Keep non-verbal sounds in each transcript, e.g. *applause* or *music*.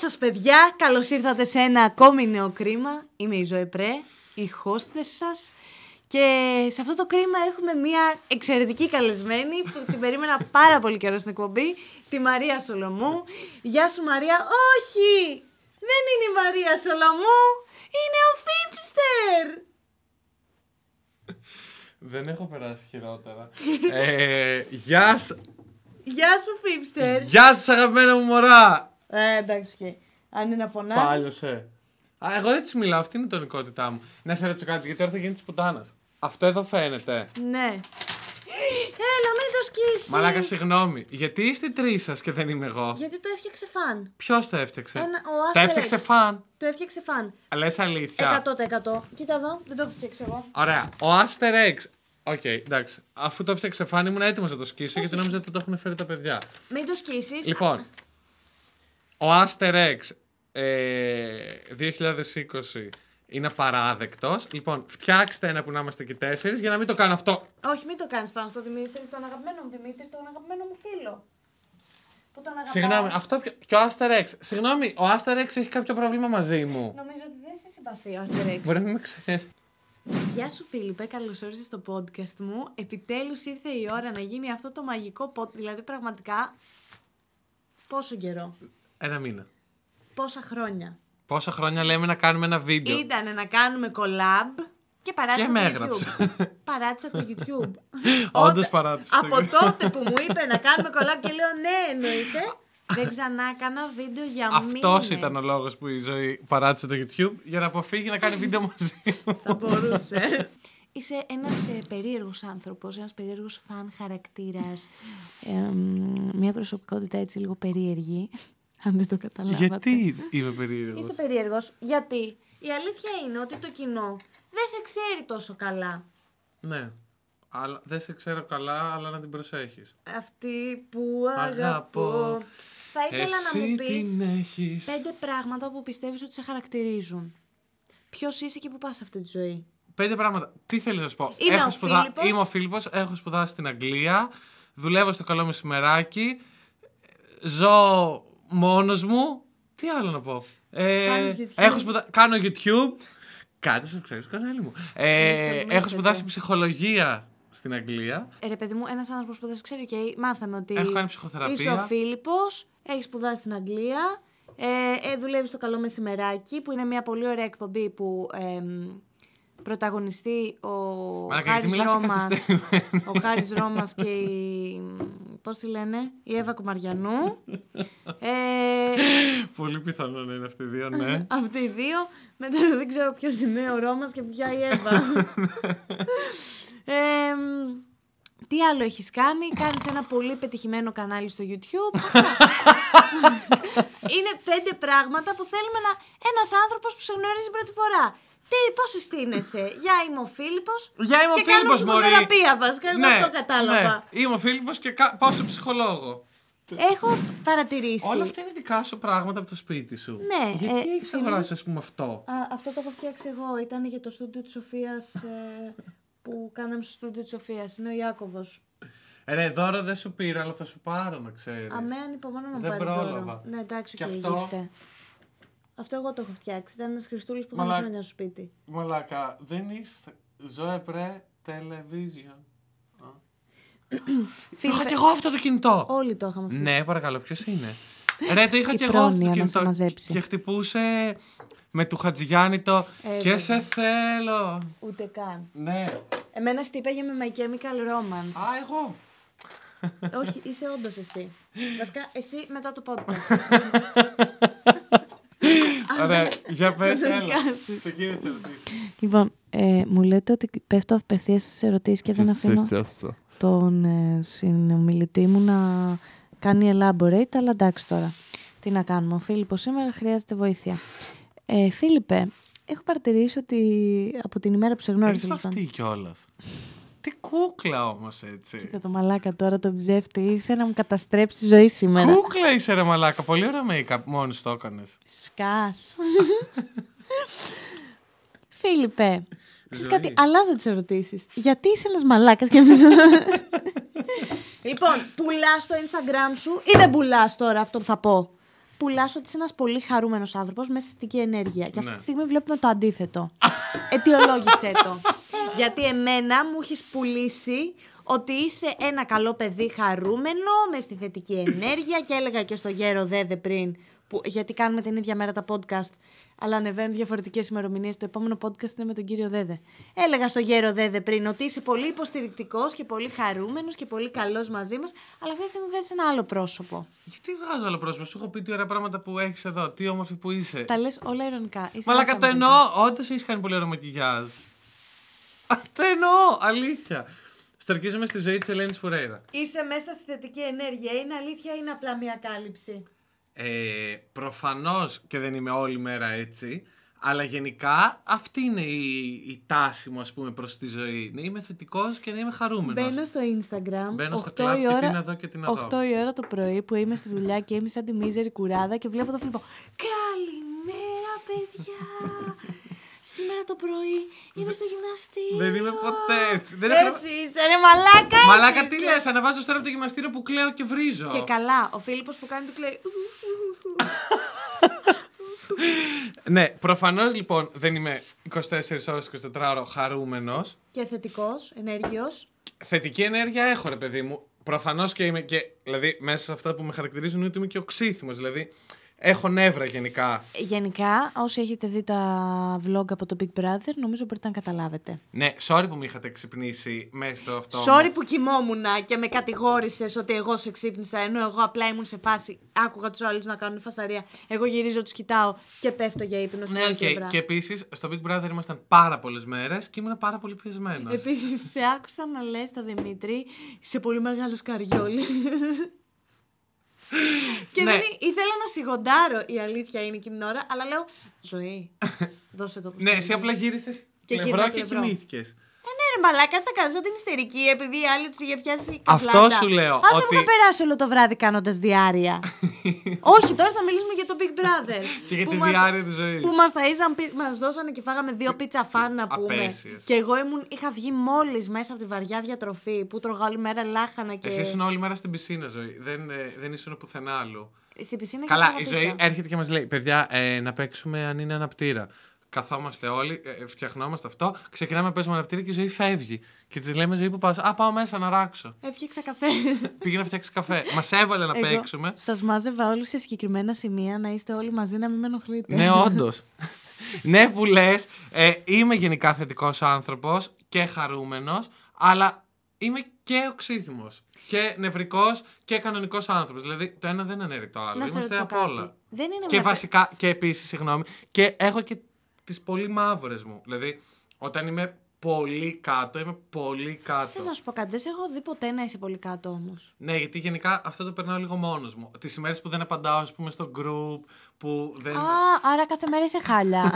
σας παιδιά, καλώς ήρθατε σε ένα ακόμη νέο κρίμα. Είμαι η Ζωή Πρέ, η hostess σας. Και σε αυτό το κρίμα έχουμε μια εξαιρετική καλεσμένη που την περίμενα πάρα πολύ καιρό στην εκπομπή, τη Μαρία Σολομού. Γεια σου Μαρία. Όχι! Δεν είναι η Μαρία Σολομού, είναι ο Φίπστερ! Δεν έχω περάσει χειρότερα. ε, γεια σ- Γεια σου Φίπστερ! Γεια σας αγαπημένα μου μωρά! Ε, εντάξει, οκ. αν είναι να φωνάζεις... Πάλιωσε. Α, εγώ δεν τη μιλάω, αυτή είναι η τονικότητά μου. Να σε ρωτήσω κάτι, γιατί τώρα θα γίνει της πουτάνας. Αυτό εδώ φαίνεται. Ναι. Ε, Έλα, μην το σκίσεις. Μαλάκα, συγγνώμη. Γιατί είστε τρεις σας και δεν είμαι εγώ. Γιατί το έφτιαξε φαν. Ποιος τα έφτιαξε. Ένα- ο τα Asterix. έφτιαξε φαν. Το έφτιαξε φαν. Λες αλήθεια. 100%. Κοίτα εδώ, δεν το έχω φτιάξει εγώ. Ωραία. Ο Άστερ Εξ. Οκ, εντάξει. Αφού το έφτιαξε φαν, ήμουν έτοιμος να το σκίσω γιατί νόμιζα ότι το έχουν φέρει τα παιδιά. Μην το σκίσεις. Λοιπόν, ο Aster X ε, 2020 είναι παράδεκτος. Λοιπόν, φτιάξτε ένα που να είμαστε και τέσσερις για να μην το κάνω αυτό. Όχι, μην το κάνεις πάνω στο Δημήτρη, τον αγαπημένο μου Δημήτρη, τον αγαπημένο μου φίλο. Που τον αγαπάω. Συγγνώμη, αυτό πιο- και ο Aster X. Συγγνώμη, ο Aster X έχει κάποιο πρόβλημα μαζί μου. Νομίζω ότι δεν σε συμπαθεί ο Αστερέξ. Μπορεί να μην ξέρεις. Γεια σου, Φίλιππε. Καλώς όρισες στο podcast μου. Επιτέλους ήρθε η ώρα να γίνει αυτό το μαγικό podcast. Δηλαδή, πραγματικά. Πόσο καιρό, Ένα μήνα. πόσα χρόνια. Πόσα χρόνια λέμε να κάνουμε ένα βίντεο. Ήταν να κάνουμε collab και παράτησα Και το με YouTube. έγραψε. παράτησα το YouTube. *laughs* Όντως Όταν- παράτησα το Από YouTube. τότε που μου είπε *laughs* να κάνουμε collab και λέω ναι εννοείται. Δεν ξανά έκανα βίντεο για Αυτός μήνες. ήταν ο λόγος που η ζωή παράτησε το YouTube για να αποφύγει να κάνει βίντεο μαζί *laughs* μου. Θα μπορούσε. Είσαι ένας ε, περίεργος άνθρωπος, ένας περίεργος φαν χαρακτήρας. εμ, μια προσωπικότητα έτσι λίγο περίεργη, αν δεν το καταλάβατε. Γιατί είμαι περίεργος. Ναι, Είσαι περίεργος. Γιατί η αλήθεια είναι ότι το κοινό δεν σε ξέρει τόσο καλά. Ναι. Αλλά δεν σε ξέρω καλά, αλλά να την προσέχεις. Αυτή που αγαπώ. Αγαπώ. Θα ήθελα να μου Εσύ πεις την έχεις. πέντε πράγματα που πιστεύεις ότι σε χαρακτηρίζουν. Ποιος είσαι και που πας σε αυτή τη ζωή. Πέντε πράγματα. Τι θέλεις να σου πω. Είμαι ο Φίλιππος. Είμαι ο Φίλιππος, έχω σπουδάσει στην Αγγλία, δουλεύω στο καλό μεσημεράκι, ζω μόνος μου. Τι άλλο να πω. Ε, Κάνεις YouTube. έχω σπουδα... Κάνω YouTube. Κάτι σε ξέρει, κανάλι μου. Ναι, Ε, τολμήσετε. έχω σπουδάσει ψυχολογία στην Αγγλία. Ε, ρε παιδί μου, ένας άνθρωπος που δεν σε ξέρει, okay, μάθαμε ότι Έχω κάνει ψυχοθεραπεία. είσαι ο Φίλιππος, έχεις σπουδάσει στην Αγγλία, ε, ε, δουλεύεις στο Καλό Μεσημεράκι, που είναι μια πολύ ωραία εκπομπή που εμ, πρωταγωνιστεί ο Μαλάκα, γιατί Χάρης μιλάς Ρώμας, καθυστερημένη. ο Χάρης Ρώμας και η, πώς τη λένε, η Εύα Κουμαριανού. Ε, Πολύ πιθανό να είναι αυτοί οι *laughs* δύο, ναι. Αυτοί οι δύο. Μετά δεν ξέρω ποιος είναι ο Ρώμας και ποια η *laughs* Εύα. Εμ, τι άλλο έχεις κάνει, κάνεις ένα πολύ πετυχημένο κανάλι στο *laughs* YouTube. είναι πέντε πράγματα που θέλουμε να. Ένας άνθρωπος που σε γνωρίζει πρώτη φορά. Τι, πώς συστήνεσαι, Γεια, είμαι ο Φίλιππος. Γεια, είμαι ο και κάνω Φίλιππος, μωρή. ψυχοθεραπεία βασικά. Εγώ αυτό κατάλαβα. Ναι. Είμαι ο Φίλιππος και κα... πάω σε ψυχολόγο. Έχω παρατηρήσει. ναι. Όλα αυτά είναι δικά σου πράγματα από το σπίτι σου. Ναι, Γιατί ε, έχεις έχει συνήθως- αγοράσει, ας πούμε, αυτό. Α, αυτό το έχω φτιάξει εγώ. Ήταν για το στούντιο της Σοφίας ε, που κάναμε στο στούντιο της Σοφίας. Είναι ο Ιάκωβος. Ρε, δώρο δεν σου πήρα, αλλά θα σου πάρω, να ξέρεις. Αμέ, ανυπομονώ να Δεν πάρεις δώρο. πρόλαβα. Ναι, εντάξει, Και και αυτό... αυτό- Αυτό εγώ το έχω φτιάξει. Ήταν ένας Χριστούλης που Μαλά- είχαμε χρόνια στο σπίτι. Μαλάκα, δεν είσαι. στα- Ζωέ πρέ, television. Το είχα Φίλιππε, κι εγώ αυτό το κινητό. όλοι το είχαμε αυτό. Ναι, παρακαλώ, ποιος είναι. Ρε, το είχα Η κι εγώ αυτό πρόνοια το να κινητό. σε μαζέψει. Και χτυπούσε με του Χατζηγιάννη το. Ε, και βέβαια. σε θέλω. Ούτε καν. Ναι. Εμένα χτύπαγε με My Chemical Α, Romance. εγώ. Όχι, είσαι όντως εσύ. Βασικά, εσύ μετά το podcast. Ωραία, για πες, ναι. Να τους έλα. κάσεις. Ξεκίνησε τις ερωτήσεις. Λοιπόν, ε, μου λέτε ότι πέφτω απευθείας στις ερωτήσεις και δεν αφήνω τον ε, συνομιλητή μου να κάνει elaborate, αλλά εντάξει τώρα. Τι να κάνουμε. Ο Φίλιππος σήμερα χρειάζεται βοήθεια. Ε, Φίλιππε, έχω παρατηρήσει ότι από την ημέρα που σε γνώρισα. Έχεις λοιπόν. αυτή κιόλας. Τι κούκλα όμως έτσι. Κοίτα το μαλάκα τώρα, τον ψεύτη. Ήρθε να μου καταστρέψει τη ζωή σήμερα. Κούκλα είσαι ρε μαλάκα, πολύ ωραία make-up, μόνος το έκανες. Σκάς. *laughs* Φίλιππε, ξέρεις κάτι, Ζωή. αλλάζω τις ερωτήσεις. Γιατί είσαι ένας μαλάκας και εμείς... λοιπόν, πουλάς το Instagram σου ή δεν πουλάς τώρα αυτό που θα πω. πουλάς ότι είσαι ένας πολύ χαρούμενος άνθρωπος με αισθητική ενέργεια. Και αυτή Ναι. τη στιγμή βλέπουμε το αντίθετο. Αιτιολόγησέ το. Γιατί εμένα μου έχεις πουλήσει ότι είσαι ένα καλό παιδί χαρούμενο, με στη θετική ενέργεια και έλεγα και στο γέρο Δέδε πριν, που, γιατί κάνουμε την ίδια μέρα τα podcast, αλλά ανεβαίνουν διαφορετικές ημερομηνίες. Το επόμενο podcast είναι με τον κύριο Δέδε. Έλεγα στο γέρο Δέδε πριν ότι είσαι πολύ υποστηρικτικός και πολύ χαρούμενος και πολύ καλός μαζί μας, αλλά αυτή τη στιγμή βγάζεις ένα άλλο πρόσωπο. Γιατί βγάζω άλλο πρόσωπο, σου έχω πει τι ωραία πράγματα που έχεις εδώ, τι όμορφη που είσαι. Τα λες όλα ειρωνικά. Είσαι Μαλάκα ένα το άνθρωπο. εννοώ, όντως έχεις κάνει πολύ ωραίο μακιγιάζ. Α, Το εννοώ, αλήθεια. Στορκίζομαι στη ζωή της Ελένης Φουρέιρα. Είσαι μέσα στη θετική ενέργεια. Είναι αλήθεια ή είναι απλά μια κάλυψη. Ε, Προφανώς και δεν είμαι όλη μέρα έτσι. Αλλά γενικά αυτή είναι η, η τάση μου, ας πούμε, προς τη ζωή. Να είμαι θετικός και να είμαι χαρούμενος. Μπαίνω στο Instagram. Μπαίνω στο 8 κλαμπ η και τι ώρα- να δω και τι να 8 δω. η ώρα το πρωί που είμαι στη δουλειά και είμαι σαν τη μίζερη κουράδα και βλέπω το φίλο. Καλημέρα, παιδιά! Σήμερα το πρωί είμαι στο γυμναστήριο. Δεν είμαι ποτέ έτσι. Δεν έχω- Έτσι είσαι, ρε μαλάκα! έτσι Μαλάκα τι είσαι. λες, ανεβάζω τώρα από το γυμναστήριο που κλαίω και βρίζω. Και καλά, ο Φίλιππος που κάνει το κλαίει. Ναι, προφανώς λοιπόν δεν είμαι 24 ώρε 24 ώρο χαρούμενος. και θετικός, ενέργειος. Θετική ενέργεια έχω, ρε παιδί μου. Προφανώς και είμαι και. Δηλαδή, μέσα σε αυτά που με χαρακτηρίζουν είναι ότι είμαι και οξύθυμος. Δηλαδή, έχω νεύρα γενικά. Γενικά, όσοι έχετε δει τα vlog από το Big Brother, νομίζω μπορείτε να καταλάβετε. Ναι, sorry που με είχατε ξυπνήσει μέσα στο αυτό. Sorry που κοιμόμουν και με κατηγόρησες ότι εγώ σε ξύπνησα, ενώ εγώ απλά ήμουν σε φάση. Άκουγα τους άλλους να κάνουν φασαρία. Εγώ γυρίζω, τους κοιτάω και πέφτω για ύπνο στην Ναι, άλλη οκ. πλευρά. Και επίσης στο Big Brother ήμασταν πάρα πολλές μέρες και ήμουν πάρα πολύ πιεσμένο. Επίσης, σε άκουσα να λες το Δημήτρη, είσαι πολύ μεγάλο καριόλη. *laughs* και Ναι. δεν ή- ήθελα να σιγοντάρω, η αλήθεια είναι εκείνη την ώρα, αλλά λέω Ζωή. δώσε το όπως Ναι, είναι». εσύ απλά γύρισες Και πλευρό γύρινα και πλευρό. κοιμήθηκες. Ε, ναι, ρε μαλάκα, θα κάνω την ιστερική επειδή η άλλη τους είχε πιάσει Αυτό καπλάτα. σου λέω, Άσε ότι- μου να περάσει όλο το βράδυ κάνοντας *laughs* διάρρεια. Όχι, τώρα θα μιλήσουμε για το Big Brother. Και για που τη μας- διάρκεια της ζωής. Που μας ταΐζαν, πι- μας δώσανε και φάγαμε δύο πίτσα φαν να πούμε. Απέσιες. Και εγώ ήμουν, είχα βγει μόλις μέσα από τη βαριά διατροφή που τρώγα όλη μέρα λάχανα και. Εσύ ήσουν όλη μέρα στην πισίνα, ζωή. Δεν, ε, δεν ήσουν πουθενά άλλου. Στην πισίνα και Καλά, τρώγα η πίτσα. ζωή έρχεται και μας λέει: Παιδιά, ε, να παίξουμε αν είναι αναπτήρα. Καθόμαστε όλοι, ε, ε, φτιαχνόμαστε αυτό, ξεκινάμε παίζουμε αναπτήρα και η ζωή φεύγει. Και τη λέμε: Ζωή που πας, Α, πάω μέσα να ράξω. Έφτιαξα καφέ. Πήγε να φτιάξεις καφέ. μας έβαλε να *laughs* παίξουμε. Σας μάζευα όλους σε συγκεκριμένα σημεία να είστε όλοι μαζί να μην με ενοχλείτε. ναι, όντως. ναι, που λες, ε, είμαι γενικά θετικός άνθρωπος και χαρούμενος, αλλά είμαι και οξύθυμος. Και νευρικός και κανονικός άνθρωπος. Δηλαδή, το ένα δεν αναιρεί το άλλο. να σε Είμαστε ρωτήσω απ' κάτι. όλα. Δεν είναι Και μια- βασικά, και επίσης, συγγνώμη, και έχω και τις πολύ μαύρες μου. Δηλαδή, όταν είμαι πολύ κάτω, είμαι πολύ κάτω. Θες να σου πω κάτι, δεν σε έχω δει ποτέ να είσαι πολύ κάτω όμως. Ναι, γιατί γενικά αυτό το περνάω λίγο μόνος μου. Τις ημέρες που δεν απαντάω, ας πούμε, στο group, που δεν. Α, άρα κάθε μέρα είσαι χάλια.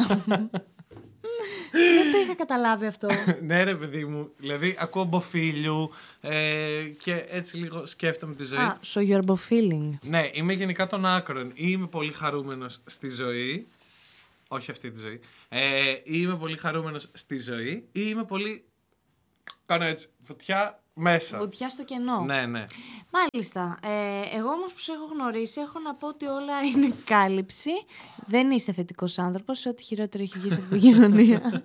δεν το είχα καταλάβει αυτό. *laughs* ναι, ρε παιδί μου. Δηλαδή, ακούω μποφίλιου ε, και έτσι λίγο σκέφτομαι τη ζωή. Α, so your feeling. Ναι, είμαι γενικά των άκρων. Ή είμαι πολύ χαρούμενος στη ζωή. Όχι αυτή τη ζωή. Ε, ή είμαι πολύ χαρούμενος στη ζωή. Ή είμαι πολύ. Κάνω έτσι. Βουτιά μέσα. Βουτιά στο κενό. Ε. Ναι, ναι. Μάλιστα. Ε, εγώ όμως που σε έχω γνωρίσει, έχω να πω ότι όλα είναι κάλυψη. Δεν είσαι θετικός άνθρωπος, σε ό,τι χειρότερο έχει βγει σε αυτή την κοινωνία.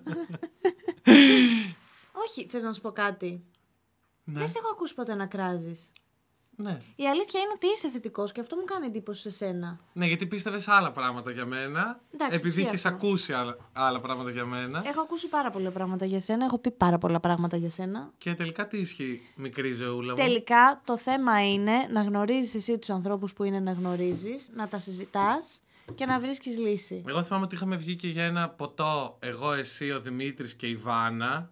Όχι, θες να σου πω κάτι. Ναι. Δεν σε έχω ακούσει ποτέ να κράζεις. ναι. Η αλήθεια είναι ότι είσαι θετικός και αυτό μου κάνει εντύπωση σε σένα. Ναι, γιατί πίστευες άλλα πράγματα για μένα. Εντάξει, επειδή ισχύει αυτό. είχε ακούσει άλλα, άλλα πράγματα για μένα. Έχω ακούσει πάρα πολλά πράγματα για σένα, έχω πει πάρα πολλά πράγματα για σένα. Και τελικά τι ισχύει, μικρή ζωούλα μου. Τελικά το θέμα είναι να γνωρίζεις εσύ τους ανθρώπους που είναι να γνωρίζεις, να τα συζητάς και να βρίσκεις λύση. Εγώ θυμάμαι ότι είχαμε βγει και για ένα ποτό εγώ, εσύ, ο Δημήτρης και η Βάνα.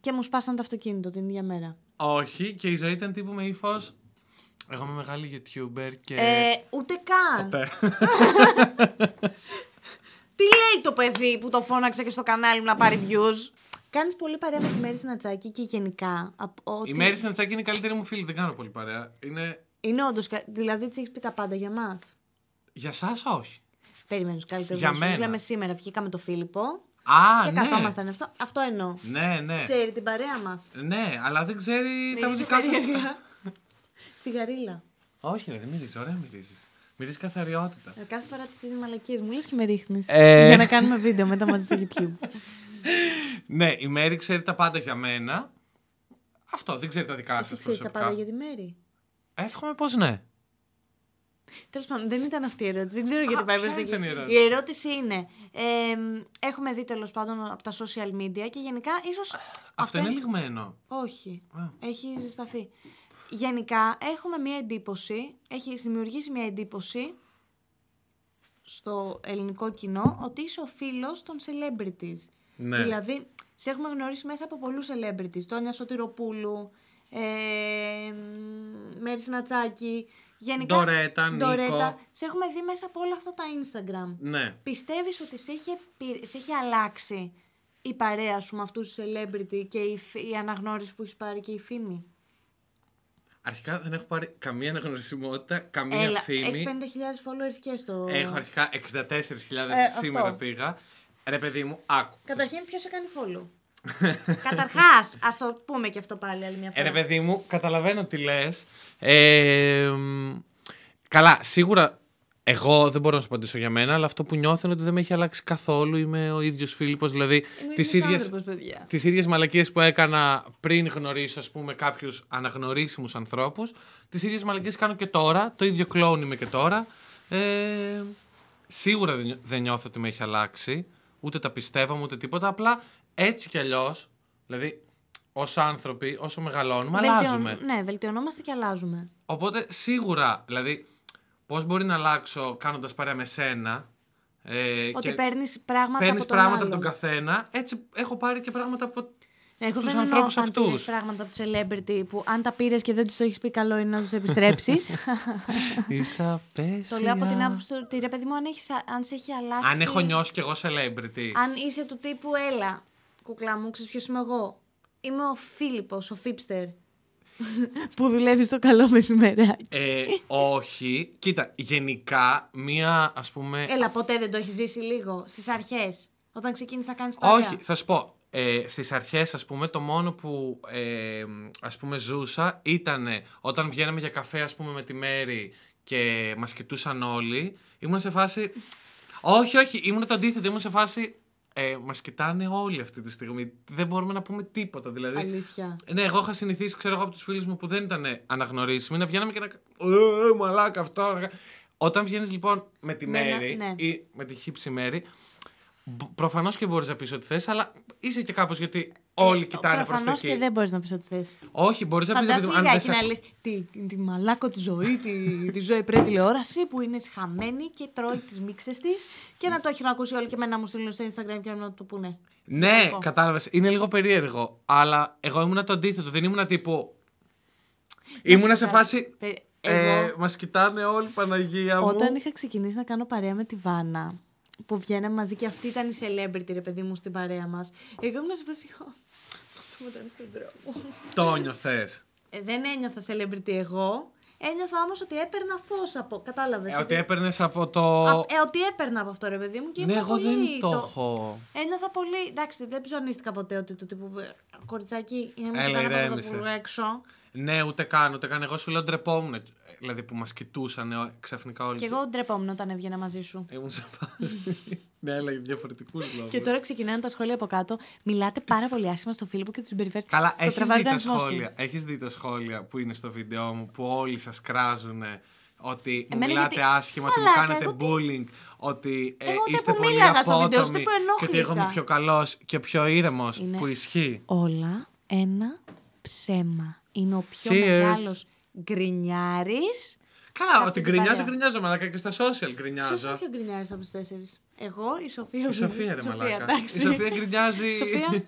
Και μου σπάσαν το αυτοκίνητο την ίδια μέρα. Όχι, και η ζωή ήταν τύπου με ύφος. Εγώ είμαι μεγάλη YouTuber και. Ε, ούτε καν. Ποτέ. *laughs* Τι λέει το παιδί που το φώναξε και στο κανάλι μου να πάρει views. Κάνεις πολύ παρέα με τη Μέρη Σνατσάκη και γενικά. απ' Ότι... Η Μέρη Σαντσάκη είναι η καλύτερη μου φίλη, δεν κάνω πολύ παρέα. Είναι. Είναι όντως. Δηλαδή της έχεις πει τα πάντα για μας. Για σας όχι. Περιμένει καλύτερα. Για να σου μένα. Λέμε σήμερα βγήκαμε το Φίλιππο. Α, και ναι. καθόμασταν αυτό. Αυτό εννοώ. Ναι, ναι. Ξέρει την παρέα μας. Ναι, αλλά δεν Ναι, ξέρει τα δικά σα. Τσιγαρίλα. Όχι, ρε, δεν μυρίζει, ωραία μυρίζει. Μυρίζει καθαριότητα. Ε, Κάθε φορά τι είναι μαλακίες μου, λε και με ρίχνεις. Ε. Για να κάνουμε βίντεο μετά μαζί στο YouTube. Ναι, η Μέρη ξέρει τα πάντα για μένα. Αυτό δεν ξέρει τα δικά σα Εσύ ξέρεις τα πάντα για προσωπικά. τη Μέρη. Εύχομαι πως ναι. Τέλος πάντων, δεν ήταν αυτή η ερώτηση. Δεν ξέρω γιατί πάει ποια προς τα εκεί. ήταν η ερώτηση? Η ερώτηση είναι. ε, μ, έχουμε δει τέλος πάντων από τα social media και γενικά ίσως. Αυτό είναι λιγμένο. Όχι. Α. Έχει ζεσταθεί. Γενικά έχουμε μία εντύπωση, έχει δημιουργήσει μία εντύπωση στο ελληνικό κοινό ότι είσαι ο φίλος των celebrities. Ναι. Δηλαδή, σε έχουμε γνωρίσει μέσα από πολλούς celebrities. Τόνια Σωτηροπούλου, ε, μ, Μέρη Σνατσάκη, γενικά... Ντορέτα, Νίκο. Σε έχουμε δει μέσα από όλα αυτά τα Instagram. Ναι. Πιστεύεις ότι σε έχει, επηρε- σε έχει αλλάξει η παρέα σου με αυτούς τους celebrity και η, φ- η αναγνώριση που έχεις πάρει και η φήμη. Αρχικά δεν έχω πάρει καμία αναγνωρισιμότητα, καμία Έλα, έχεις φήμη. 50.000 followers και στο... Έχω αρχικά 64.000 Ε, σήμερα αυτό. πήγα. Ρε παιδί μου, άκου. Καταρχήν ποιος σε κάνει *laughs* follow. Καταρχάς, ας το πούμε και αυτό πάλι άλλη μια Ε, φορά. ρε παιδί μου, καταλαβαίνω τι λες. Ε, μ, καλά, σίγουρα εγώ δεν μπορώ να σου απαντήσω για μένα, αλλά αυτό που νιώθω είναι ότι δεν με έχει αλλάξει καθόλου. Είμαι ο ίδιος Φίλιππος, δηλαδή Είμαι τις τις ίδιες, παιδιά. τις ίδιες μαλακίες που έκανα πριν γνωρίσω, ας πούμε, κάποιους αναγνωρίσιμους ανθρώπους, τις ίδιες μαλακίες κάνω και τώρα, το ίδιο κλόουν είμαι και τώρα. Ε, σίγουρα δεν νιώ- δεν νιώθω ότι με έχει αλλάξει, ούτε τα πιστεύω μου, ούτε τίποτα, απλά έτσι κι αλλιώς, δηλαδή ως άνθρωποι, όσο μεγαλώνουμε, αλλάζουμε. Ναι, βελτιωνόμαστε και αλλάζουμε. Οπότε σίγουρα, δηλαδή, πώς μπορεί να αλλάξω κάνοντας παρέα με σένα, ε, Ότι και- παίρνεις πράγματα Παίρνεις από τον πράγματα άλλον. Ναι, από τον καθένα. Έτσι έχω πάρει και πράγματα από Εγώ τους δεν ανθρώπους εννοώ αν πήρες αυτούς. πράγματα από τους celebrity που αν τα πήρες και δεν τους το έχεις πει καλό είναι να τους *laughs* επιστρέψεις. Ίσα το λέω από την άποψη του ότι ρε παιδί μου αν, έχεις, α- αν σε έχει αλλάξει. Αν έχω νιώσει κι εγώ celebrity. Αν είσαι του τύπου έλα, κουκλά μου, ξέρεις ποιος είμαι εγώ. Είμαι ο Φίλιππος, ο Φίπστερ. *laughs* που δουλεύεις στο καλό μεσημεράκι. *laughs* Ε, όχι. Κοίτα, γενικά μία ας πούμε... Έλα, ποτέ δεν το έχεις ζήσει λίγο στις αρχές. Όταν ξεκίνησες να κάνεις παρέα. όχι, θα σου πω. Ε, στις αρχές ας πούμε το μόνο που ε, ας πούμε ζούσα ήταν όταν βγαίναμε για καφέ ας πούμε με τη Μέρη και μας κοιτούσαν όλοι ήμουν σε φάση όχι όχι ήμουν το αντίθετο ήμουν σε φάση ε, μας κοιτάνε όλοι αυτή τη στιγμή δεν μπορούμε να πούμε τίποτα δηλαδή Αλήθεια. Ναι, εγώ είχα συνηθίσει, ξέρω εγώ, από τους φίλους μου που δεν ήταν αναγνωρίσιμοι να βγαίναμε και να. Ε, μαλάκα αυτό. να κα-». Όταν βγαίνεις λοιπόν με τη Με ένα- Μέρη ναι. ή με τη χύψη Μέρη, προφανώς και μπορείς να πεις ό,τι θες, αλλά είσαι και κάπως γιατί όλοι κοιτάνε προς τα Προφανώς εκεί. και δεν μπορείς να πεις ότι θες. Όχι, μπορείς να πεις. Φαντάζομαι λιγάκι να λες τη, τη μαλάκο τη ζωή, τη, τη ζωή πρέ τηλεόραση που είναι σχαμένη και τρώει τις μίξες της και να το έχουν ακούσει όλοι και εμένα να μου στείλουν στο Instagram και να του πούνε. Ναι, Λοιπόν. κατάλαβες. Είναι λίγο περίεργο. Αλλά εγώ ήμουνα το αντίθετο. Δεν ήμουνα τύπου. Ήμουνα σε κάτι. φάση. Πε- Ε, εγώ- Μας κοιτάνε όλοι, Παναγία μου. Όταν είχα ξεκινήσει να κάνω παρέα με τη Βάνα, που βγαίναμε μαζί και αυτή ήταν η celebrity, ρε παιδί μου, στην παρέα μας, εγώ ήμουν σε φάση, «Ω, Αυτό μου ήταν στον δρόμο. Το νιωθες. Ε, δεν ένιωθα celebrity εγώ. Ένιωθα όμως ότι έπαιρνα φως από. Κατάλαβες. Ε, Ότι έπαιρνες από το. ε, ότι έπαιρνα από αυτό, ρε παιδί μου. Και ναι, ήμουν εγώ πολύ δεν το έχω. Ένιωθα πολύ. Εντάξει, δεν ψωνίστηκα ποτέ ότι του τύπου. «Ε, Κοριτσάκι, είναι με Έλα, Έλα, το ηρέμησε. που έξω. Ναι, ούτε καν, ούτε καν. Εγώ σου λέω ντρεπόμουν. ε, Δηλαδή που μας κοιτούσαν ε, ξαφνικά όλοι. Και εγώ ντρεπόμουν όταν έβγαινα μαζί σου. Ήμουν σε φάση. *laughs* ναι, αλλά για διαφορετικούς λόγους. Και τώρα ξεκινάνε τα σχόλια από κάτω. Μιλάτε πάρα πολύ άσχημα στο φίλο και τους συμπεριφέρεστε. Καλά, Το έχεις τραβάει δει, τα οργανισμός του. σχόλια. Έχεις δει τα σχόλια που είναι στο βίντεο μου που όλοι σας κράζουν ε, ότι μου Εμένα μιλάτε γιατί- άσχημα, ότι μου Μαλάκα, κάνετε εγώ τι- bullying, ότι ε, Εγώ ούτε είστε που πολύ μίλαγα στο βίντεο σου, απότομοι τι που και ότι εγώ είμαι ενόχλησα. πιο καλός και πιο ήρεμος Είναι- που ισχύει. όλα ένα ψέμα. Είναι ο πιο Cheers. μεγάλος γκρινιάρης σε Καλά, αυτή ότι την γκρινιάζω, παρέα. γκρινιάζω, μαλακά και στα social Ποιο γκρινιάζω. είναι ο πιο γκρινιάρης από τους τέσσερις, Εγώ, η Σοφία. Η Σοφία, ρε μαλάκα. εντάξει. Η Σοφία γκρινιάζει. Σοφία,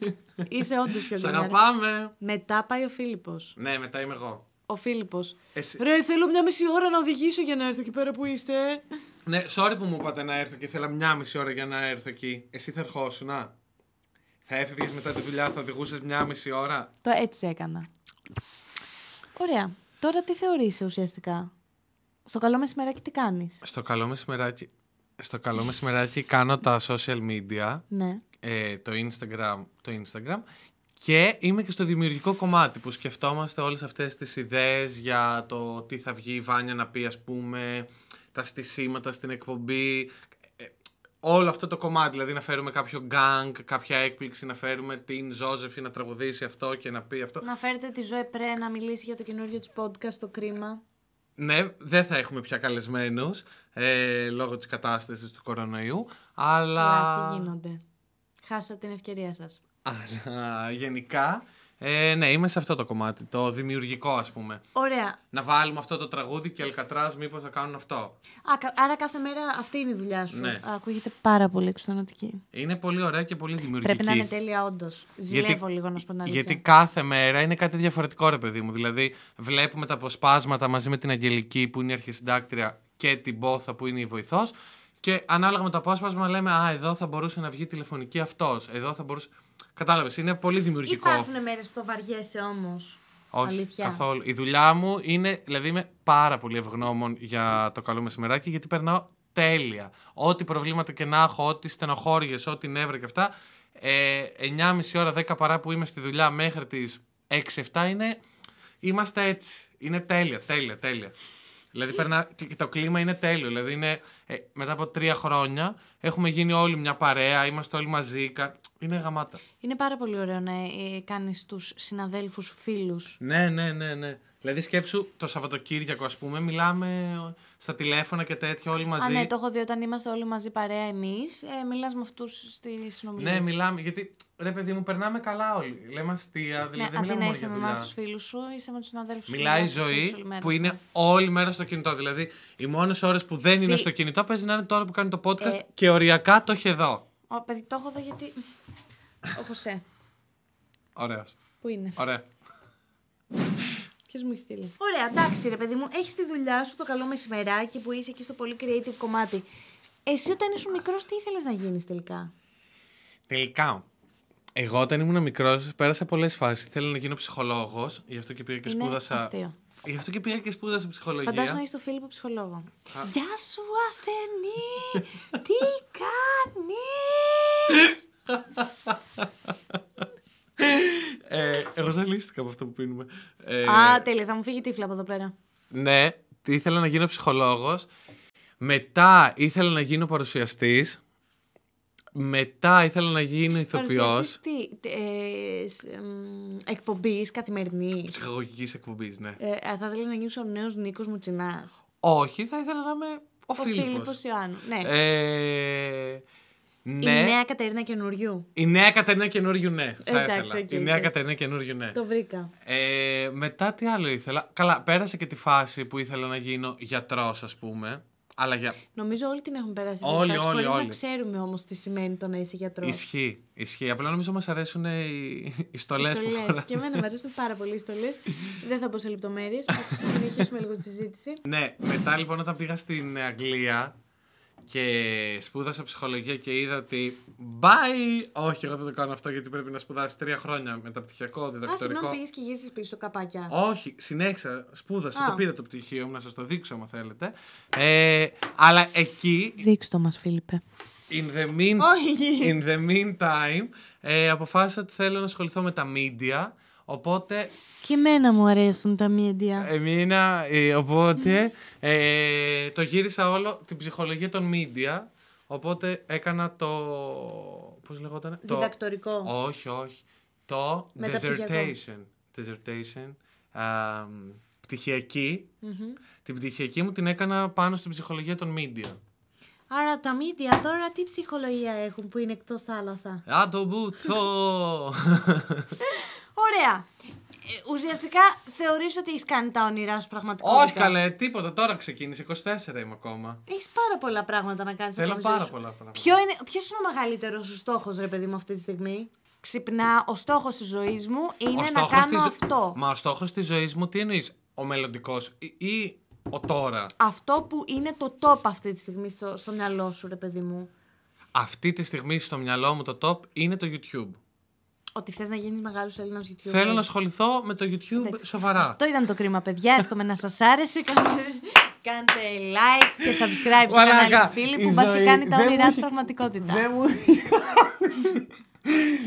είσαι όντως πιο Σ' γκρινιάρης. αγαπάμε. Μετά πάει ο Φίλιππος. Ναι, μετά είμαι εγώ. Ο Φίλιππος. Εσύ... Ρε, θέλω μια μισή ώρα να οδηγήσω για να έρθω εκεί πέρα που είστε. Ναι, sorry που μου είπατε να έρθω και ήθελα μια μισή ώρα για να έρθω εκεί. Εσύ θα ερχόσουν, α. Θα έφευγε μετά τη δουλειά, θα οδηγούσες μια μισή ώρα. Το έτσι έκανα. Ωραία. Τώρα τι θεωρείς ουσιαστικά. Στο καλό μεσημεράκι τι κάνεις. Στο καλό μεσημεράκι. Στο καλό μεσημεράκι κάνω τα social media, Ναι. ε, το, Instagram, το Instagram και είμαι και στο δημιουργικό κομμάτι που σκεφτόμαστε όλες αυτές τις ιδέες για το τι θα βγει η Βάνια να πει ας πούμε, τα στισίματα στην εκπομπή. ε, Όλο αυτό το κομμάτι, δηλαδή να φέρουμε κάποιο γκάγκ, κάποια έκπληξη, να φέρουμε την Ζώζεφη να τραγουδήσει αυτό και να πει αυτό. Να φέρετε τη Ζωέ Πρέ να μιλήσει για το καινούριο της podcast, το κρίμα. Ναι, δεν θα έχουμε πια καλεσμένους ε, λόγω της κατάστασης του κορονοϊού. Αλλά. Λάθη γίνονται. Χάσατε την ευκαιρία σας. αλλά γενικά. Ε, ναι, είμαι σε αυτό το κομμάτι. Το δημιουργικό, ας πούμε. Ωραία. Να βάλουμε αυτό το τραγούδι και Αλκατράς, μήπως να κάνουν αυτό. Α, κα- άρα κάθε μέρα αυτή είναι η δουλειά σου. Ναι. Ακούγεται πάρα πολύ εξωτερική. Είναι πολύ ωραία και πολύ δημιουργική. Πρέπει να είναι τέλεια, όντως. Ζηλεύω λίγο να ναι. σου πω την αλήθεια. Γιατί κάθε μέρα είναι κάτι διαφορετικό, ρε παιδί μου. Δηλαδή, βλέπουμε τα αποσπάσματα μαζί με την Αγγελική που είναι η αρχισυντάκτρια και την Πόθα που είναι η βοηθός. Και ανάλογα με το απόσπασμα λέμε Α, εδώ θα μπορούσε να βγει τηλεφωνική αυτός. Εδώ θα μπορούσε. Κατάλαβες, είναι πολύ δημιουργικό. Υπάρχουν μέρες που το βαριέσαι όμως. Όχι, Αλήθεια. καθόλου. Η δουλειά μου είναι, δηλαδή είμαι πάρα πολύ ευγνώμων για το καλό μεσημεράκι, γιατί περνάω τέλεια. Ό,τι προβλήματα και να έχω, ό,τι στενοχώριες, ό,τι νεύρα και αυτά, ε, 9,5 ώρα, 10 παρά που είμαι στη δουλειά μέχρι τις 6-7 είναι, είμαστε έτσι. Είναι τέλεια, τέλεια, τέλεια. Δηλαδή περνά, και- και το κλίμα είναι τέλειο. Δηλαδή είναι, ε, μετά από τρία χρόνια έχουμε γίνει όλοι μια παρέα, είμαστε όλοι μαζί. κα- Είναι γαμάτα. Είναι πάρα πολύ ωραίο να ε, κάνεις τους συναδέλφους φίλους. Ναι, ναι, ναι, ναι. Δηλαδή σκέψου το Σαββατοκύριακο, ας πούμε, μιλάμε στα τηλέφωνα και τέτοια όλοι μαζί. Α, ναι, το έχω δει όταν είμαστε όλοι μαζί παρέα εμείς. Ε, Μιλάς με αυτούς στη συνομιλία. Ναι, μιλάμε, γιατί ρε παιδί μου, περνάμε καλά όλοι. Λέμε αστεία, Ναι, δηλαδή αντί δεν μιλάμε να μόνο είσαι για με εμά δουλειά. τους φίλους σου, είσαι με τους συναδέλφους σου. Μιλάει η μιλάς, ξέρεις, ζωή όλη μέρα, που ας είναι πούμε. όλη μέρα στο κινητό. Δηλαδή, οι μόνες ώρες που δεν είναι Φι- στο κινητό παίζει να είναι τώρα που κάνει το podcast Ε. και οριακά το έχει εδώ. Ω, παιδί, το έχω εδώ γιατί. Ο Χωσέ. Ωραίος. Πού είναι. Ωραία. Ποιος μου έχει στείλει. Ωραία, εντάξει, ρε παιδί μου, έχεις τη δουλειά σου το καλό μεσημεράκι που είσαι εκεί στο πολύ creative κομμάτι. Εσύ όταν ήσουν μικρός, τι ήθελες να γίνεις τελικά. Τελικά. Εγώ όταν ήμουν μικρός, πέρασα πολλές φάσεις. Θέλω να γίνω ψυχολόγος, γι' αυτό και πήγα και Είναι σπούδασα. αστείο. Γι' αυτό και πήγα και σπούδασα ψυχολογία. Φαντάζομαι να είσαι το Φίλιππο ψυχολόγο. Γεια σου, *laughs* ασθενή! τι κάνεις! Ε, εγώ ζαλίστηκα από αυτό που πίνουμε. Ε, Α, τέλεια, θα μου φύγει η τύφλα από εδώ πέρα. ναι, τι ήθελα να γίνω ψυχολόγος. Μετά ήθελα να γίνω παρουσιαστής. Μετά ήθελα να γίνω ηθοποιός. Παρουσιαστής τι, τι, ε, σ- εμ, εκπομπής καθημερινής. Ψυχαγωγικής εκπομπής, ναι. Ε, α, θα ήθελες να γίνεις ο νέος Νίκος Μουτσινάς. Όχι, θα ήθελα να είμαι ο, Ο Φίλιππος. Φίλιππος Ιωάννου. Ναι. Ε, ναι. Η νέα Κατερίνα καινούριου. Η νέα Κατερίνα καινούριου ναι. Θα Εντάξει, ήθελα. οκ, η νέα οκ. Κατερίνα καινούριου ναι. Το βρήκα. Ε, μετά τι άλλο ήθελα. Καλά, πέρασε και τη φάση που ήθελα να γίνω γιατρός, ας πούμε. Αλλά για... Νομίζω όλοι την έχουν περάσει. Όλοι, Όλοι, όλοι, χωρίς όλοι. να ξέρουμε όμως τι σημαίνει το να είσαι γιατρός. Ισχύει, ισχύει. Απλά νομίζω μας αρέσουν οι, οι στολές που Στολές. φοράμε. Και εμένα μου αρέσουν πάρα πολύ οι στολές. Δεν θα μπω σε λεπτομέρειες. Ας συνεχίσουμε λίγο τη συζήτηση. Ναι, μετά λοιπόν όταν πήγα στην Αγγλία και σπούδασα ψυχολογία και είδα ότι bye, όχι εγώ δεν το κάνω αυτό γιατί πρέπει να σπουδάσει τρία χρόνια μεταπτυχιακό, Α, συγγνώμη, διδακτορικό. πήγες και γύρισες πίσω καπάκια. όχι, συνέχισα, σπούδασα, Α. το πήρα το πτυχίο μου, να σας το δείξω άμα θέλετε. Ε, αλλά εκεί Δείξ' το μας, Φίλιππε. In the, mean, Όχι. in the meantime, ε, αποφάσισα ότι θέλω να ασχοληθώ με τα media. Οπότε, Και εμένα μου αρέσουν τα μίντια. εμείνα, ε, οπότε ε, το γύρισα όλο την ψυχολογία των media. Οπότε έκανα το. Πώς λεγόταν. Το, Διδακτορικό. όχι, όχι. Το Μεταπτυχιακό. dissertation. Dissertation. α, μ, πτυχιακή. Την πτυχιακή μου την έκανα πάνω στην ψυχολογία των media. Άρα τα μύδια τώρα τι ψυχολογία έχουν που είναι εκτός θάλασσα. Α, το μπούτσο! Ωραία. Ε, ουσιαστικά θεωρείς ότι έχεις κάνει τα όνειρά σου πραγματικότητα. Όχι καλέ, τίποτα. Τώρα ξεκίνησε. 24 είμαι ακόμα. Έχεις πάρα πολλά πράγματα να κάνεις. Θέλω πάρα πολλά πράγματα. Ποιο είναι, ποιος είναι ο μεγαλύτερος σου στόχος, ρε παιδί μου, αυτή τη στιγμή. Ξυπνά, ο στόχος της ζωής μου Ο είναι να στόχος κάνω της ζω- αυτό. Μα ο στόχος της ζωής μου τι εννοείς, ο μελλοντικός ή, ή ο τώρα. αυτό που είναι το top αυτή τη στιγμή στο, στο μυαλό σου, ρε παιδί μου. Αυτή τη στιγμή στο μυαλό μου το top είναι το YouTube. Ότι θες να γίνεις μεγάλος Έλληνας YouTuber. Θέλω να ασχοληθώ με το YouTube Εντάξει. σοβαρά. Αυτό ήταν το κρίμα, παιδιά. Εύχομαι να σας άρεσε. *laughs* Κάντε, κάντε like και subscribe στο κανάλι Μαλάκα, του φίλου η που μπας και ζωή κάνει τα δεν μου όνειρά του έχει- πραγματικότητα. μου.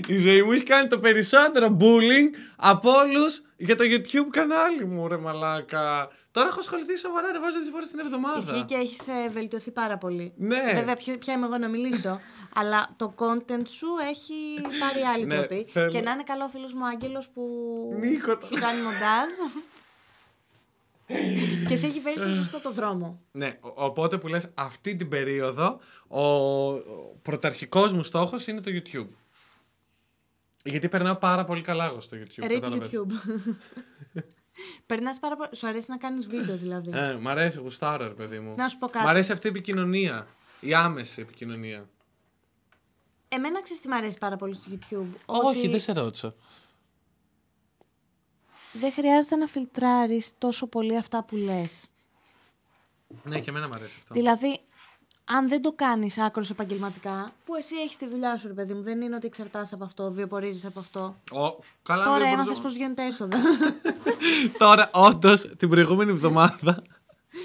Η ζωή μου έχει κάνει το περισσότερο bullying από όλους για το YouTube κανάλι μου, ρε μαλάκα. Τώρα έχω ασχοληθεί σοβαρά, ρε βάζω δύο φορές την εβδομάδα. Ισχύει και έχεις βελτιωθεί πάρα πολύ. Ναι. Βέβαια, ποιο- ποια είμαι εγώ να *laughs* μιλήσω. αλλά το content σου έχει πάρει άλλη Ναι, τροπή. θέλω. Και να είναι καλό φίλος μου Άγγελος που Νίκο, το- σου κάνει *laughs* μοντάζ. και σε έχει φέρει στο σωστό το δρόμο. Ναι, ο- οπότε που λες αυτή την περίοδο ο, ο πρωταρχικός μου στόχος είναι το YouTube. Γιατί περνάω πάρα πολύ καλά εγώ στο YouTube. Rate κατάλαβες. YouTube. *laughs* Περνάς πάρα πολύ. Σου αρέσει να κάνεις βίντεο δηλαδή. Ε, μ' αρέσει, γουστάρω ρε παιδί μου. Να σου πω κάτι. Μ' αρέσει αυτή η επικοινωνία. Η άμεση επικοινωνία. Εμένα ξέρεις τι μου αρέσει πάρα πολύ στο YouTube. Όχι, ότι δεν σε ρώτησα. Δεν χρειάζεται να φιλτράρεις τόσο πολύ αυτά που λες. Ναι, και εμένα μ' αρέσει αυτό. Δηλαδή, αν δεν το κάνεις άκρος επαγγελματικά, που εσύ έχεις τη δουλειά σου, ρε παιδί μου, δεν είναι ότι εξαρτάσαι από αυτό, βιοπορίζεις από αυτό. Ο, Τώρα καλά, δεν μπορούσα- έμαθε πώ βγαίνουν τα έσοδα. *laughs* Τώρα, όντως, την προηγούμενη εβδομάδα,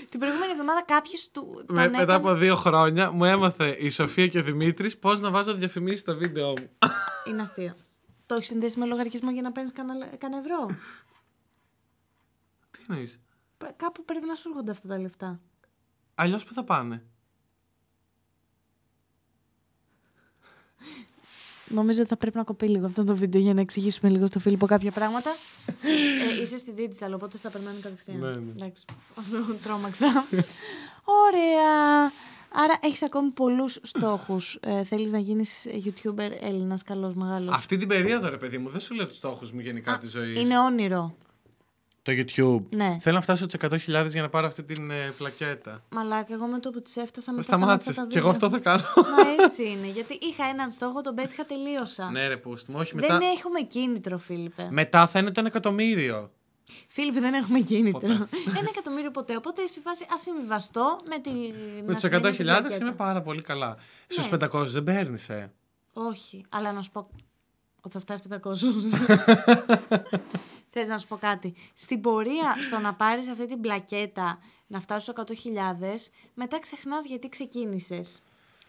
Την προηγούμενη εβδομάδα κάποιος του. *laughs* με, τον μετά από δύο χρόνια, μου έμαθε η Σοφία και ο Δημήτρης πώς να βάζω διαφημίσεις στα βίντεο μου. *laughs* Είναι αστείο. Το έχεις συνδέσει με λογαριασμό για να παίρνεις κανένα κανένα ευρώ. Τι εννοείς. Πε- Κάπου πρέπει να σου έρχονται αυτά τα λεφτά. Αλλιώς πού θα πάνε. Νομίζω ότι θα πρέπει να κοπεί λίγο αυτό το βίντεο για να εξηγήσουμε λίγο στο Φίλιππο κάποια πράγματα. ε, είσαι στη digital, οπότε στα περνάνε κατευθείαν. Ναι, ναι. Εντάξει. Αυτό τρόμαξα. Ωραία. Άρα έχεις ακόμη πολλούς στόχους. Ε, θέλεις να γίνεις YouTuber Έλληνας καλός μεγάλος. Αυτή την περίοδο, ρε παιδί μου, δεν σου λέω τους στόχους μου γενικά της ζωής. είναι όνειρο. Το YouTube. Ναι. Θέλω να φτάσω του 100.000 για να πάρω αυτή την ε, πλακέτα. Μαλάκα, εγώ με το που τις έφτασα Με μετά σταμάτησα σταμάτησε. τα Και εγώ βίντεο. αυτό θα κάνω. Μα έτσι είναι. Γιατί είχα έναν στόχο, τον πέτυχα, τελείωσα. ναι, ρε πούστη μου, όχι μετά. Δεν έχουμε κίνητρο, Φίλιππε. Μετά θα είναι το ένα εκατομμύριο. Φίλιππε, δεν έχουμε κίνητρο. Ποτέ. *laughs* Ένα εκατομμύριο ποτέ. Οπότε εσύ φάση α συμβιβαστώ με τη. Με να του σημαίνει 100.000 την είμαι πλακέτα. πάρα πολύ καλά. Στους Ναι. 500 δεν παίρνεις, ε. Όχι, αλλά να σου πω. Ότι θα φτάσει 500. *laughs* Θες να σου πω κάτι. Στην πορεία στο να πάρεις αυτή την πλακέτα να φτάσεις στους 100.000, μετά ξεχνάς γιατί ξεκίνησες.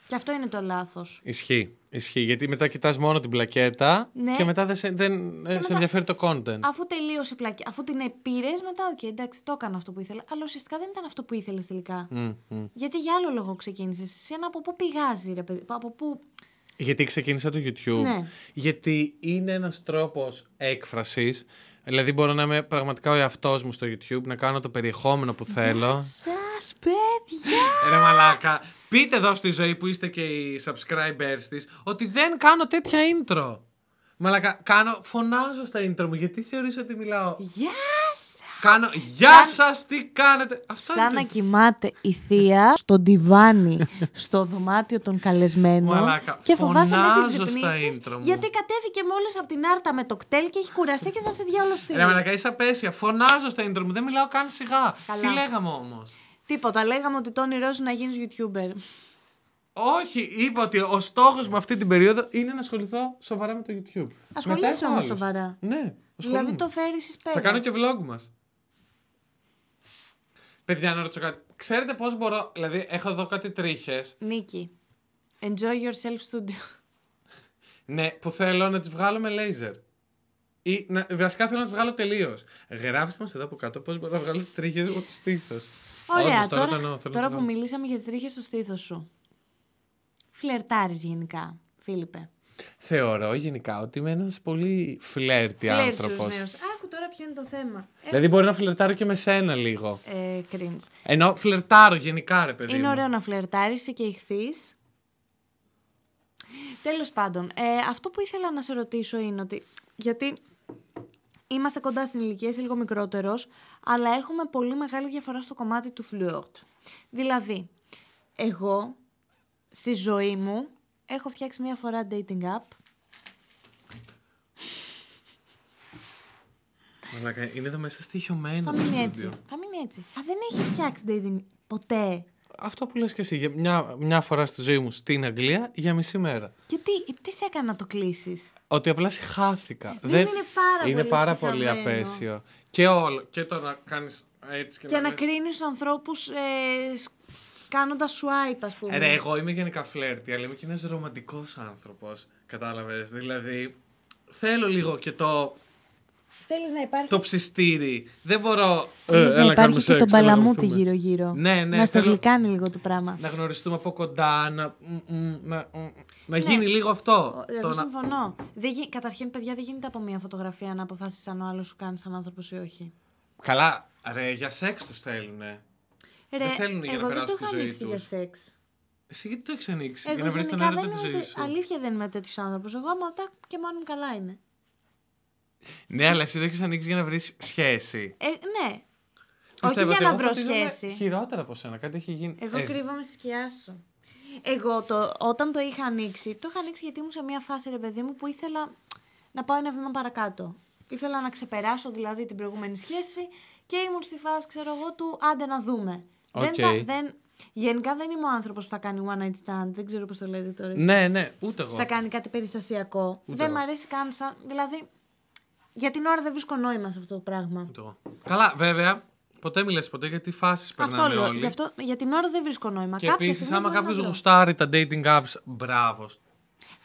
Και αυτό είναι το λάθος. Ισχύει. Ισχύει. Γιατί μετά κοιτάς μόνο την πλακέτα Ναι. και μετά δεν σε, δεν, ε, σε μετά- ενδιαφέρει το content. Αφού τελείωσε η πλακέτα, αφού την πήρε, μετά, οκ, εντάξει, το έκανα αυτό που ήθελα. Αλλά ουσιαστικά δεν ήταν αυτό που ήθελες τελικά. Μμ, μμ. Γιατί για άλλο λόγο ξεκίνησες. Εσένα από πού πηγάζει, ρε παιδί. Από πού. Γιατί ξεκίνησα το YouTube. Ναι. Γιατί είναι ένας τρόπος έκφρασης. Δηλαδή μπορώ να είμαι πραγματικά ο εαυτός μου στο YouTube, να κάνω το περιεχόμενο που θέλω. Σας παιδιά! Ρε μαλάκα, πείτε εδώ στη ζωή που είστε και οι subscribers της ότι δεν κάνω τέτοια intro. Μαλάκα, κάνω, φωνάζω στα intro μου γιατί θεωρείς ότι μιλάω. Γεια σα! Κάνω, γεια σας, τι κάνετε. Αυτό Σαν είναι να το- κοιμάται η θεία στο ντιβάνι, στο δωμάτιο των καλεσμένων. Μαλάκα, και φοβάσαι να την φωνάζω στα ξυπνήσεις, intro μου. Γιατί κατέβηκε μόλις από την άρτα με το κτέλ και έχει κουραστεί και θα σε διαολωστεί. Ρε μαλάκα, είσαι απέσια. Φωνάζω στα intro μου, δεν μιλάω καν σιγά. Καλά. Τι λέγαμε όμως. Τίποτα. Λέγαμε ότι το όνειρό σου να γίνεις YouTuber. Όχι, είπα ότι ο στόχος μου αυτή την περίοδο είναι να ασχοληθώ σοβαρά με το YouTube. Ασχολείσαι Μετά έχω όμως άλλους. σοβαρά. Ναι, ασχολούμαι. δηλαδή το φέρεις εις πέρα. Θα κάνω και vlog μας. Παιδιά, να ρωτήσω κάτι. Ξέρετε πώς μπορώ. Δηλαδή, έχω εδώ κάτι τρίχες. Νίκη. Enjoy yourself studio. Ναι, που θέλω να τις βγάλω με λέιζερ. Ή να, βασικά θέλω να τις βγάλω τελείως. Γράψτε μας εδώ από κάτω πώς μπορώ να βγάλω τις τρίχες από τη στήθος. Ωραία, Όντως, ναι, τώρα, το εννοώ, τώρα, θέλω να τις που βγάλω. μιλήσαμε για τις τρίχες στο στήθος σου. Φλερτάρεις γενικά, Φίλιππε. Θεωρώ γενικά ότι είμαι ένας πολύ φλερτή Φλερτ άνθρωπο. στους νέους. Άκου τώρα ποιο είναι το θέμα. Δηλαδή, μπορεί να φλερτάρω και με σένα λίγο. Ε, cringe. Ενώ φλερτάρω γενικά, ρε παιδί. Είναι μου. ωραίο να φλερτάρεις είσαι και ηχθείς. Τέλος πάντων, ε, αυτό που ήθελα να σε ρωτήσω είναι ότι... Γιατί είμαστε κοντά στην ηλικία, είσαι λίγο μικρότερος, αλλά έχουμε πολύ μεγάλη διαφορά στο κομμάτι του φλουόρτ. Δηλαδή, εγώ στη ζωή μου έχω φτιάξει μία φορά dating app. Μαλάκα, είναι εδώ μέσα Θα στοιχειωμένο. το μείνει στούντιο. έτσι. Θα μείνει έτσι. Α, δεν έχεις φτιάξει dating ποτέ. Αυτό που λες και εσύ, για μια, μια φορά στη ζωή μου στην Αγγλία για μισή μέρα. Και τι, τι σε έκανε να το κλείσεις. Ότι απλά συχάθηκα. Ε, Δεν είναι πάρα Είναι πολύ πάρα πολύ συχαμένο. απέσιο. Και όλο. Και το να κάνεις έτσι και, Και να λες, κρίνεις του ανθρώπους ε, κάνοντα swipe, ας πούμε. Ε, Ρε, εγώ είμαι γενικά φλερτή, αλλά είμαι και ένας ρομαντικός άνθρωπος. Κατάλαβες. Δηλαδή, θέλω λίγο και το, Θέλεις να υπάρχει. το ψιστήρι. Δεν μπορώ. Ε, Θέλεις έλα, κάνουμε να υπάρχει και σεξ, τον να παλαμούτι γαμηθούμε. γύρω-γύρω. Ναι, ναι, Να στο θέλω- Ναι, γλυκάνει λίγο το πράγμα. Να γνωριστούμε από κοντά, να, μ, μ, να, μ, να γίνει λίγο αυτό. Ναι. ε, Εγώ Το να- συμφωνώ. Δεν γι- Καταρχήν, παιδιά, δεν γίνεται από μία φωτογραφία να αποφάσει αν ο άλλος σου κάνει σαν άνθρωπος ή όχι. Καλά, ρε, για σεξ τους θέλουνε. Ρε, θέλουν για να εγώ δεν το περάσουν τη έχω ζωή ανοίξει τους. για σεξ. Εσύ γιατί το έχεις ανοίξει, Εγώ για να βρεις τον γενικά έρωτα δεν της είμαι. ζωή τε- σου. Αλήθεια δεν είμαι τέτοιος άνθρωπος. Εγώ άμα τα και μόνο μου καλά είναι. Ναι, αλλά εσύ το έχεις ανοίξει για να βρεις σχέση. Ε, ναι. Πιστεύω όχι ότι για να εγώ βρω φωτίζομαι σχέση. Χειρότερα από σένα, κάτι έχει γίνει. Εγώ Ε, κρύβομαι στη σκιά σου. Εγώ το, όταν το είχα ανοίξει, το είχα ανοίξει γιατί ήμουν σε μια φάση, ρε παιδί μου, που ήθελα να πάω ένα βήμα παρακάτω. Ήθελα να ξεπεράσω δηλαδή την προηγούμενη σχέση και ήμουν στη φάση, ξέρω εγώ, του άντε να δούμε. Δεν Οκ. θα- δεν, γενικά δεν είμαι ο άνθρωπος που θα κάνει one night stand. Δεν ξέρω πώς το λέτε τώρα. εσείς. Ναι, ναι, ούτε εγώ. Θα κάνει κάτι περιστασιακό. Ούτε δεν εγώ. μ' αρέσει καν σαν. Δηλαδή, για την ώρα δεν βρίσκω νόημα σε αυτό το πράγμα. Ούτε εγώ. Καλά, βέβαια, ποτέ μιλέ ποτέ γιατί φάσεις Αυτό περνάνε λέω. όλοι. Γι' αυτό, για την ώρα δεν βρίσκω νόημα. Και Κάποια επίσης, στιγμή άμα μπορεί να κάποιος βρω. γουστάρει τα dating apps, μπράβο.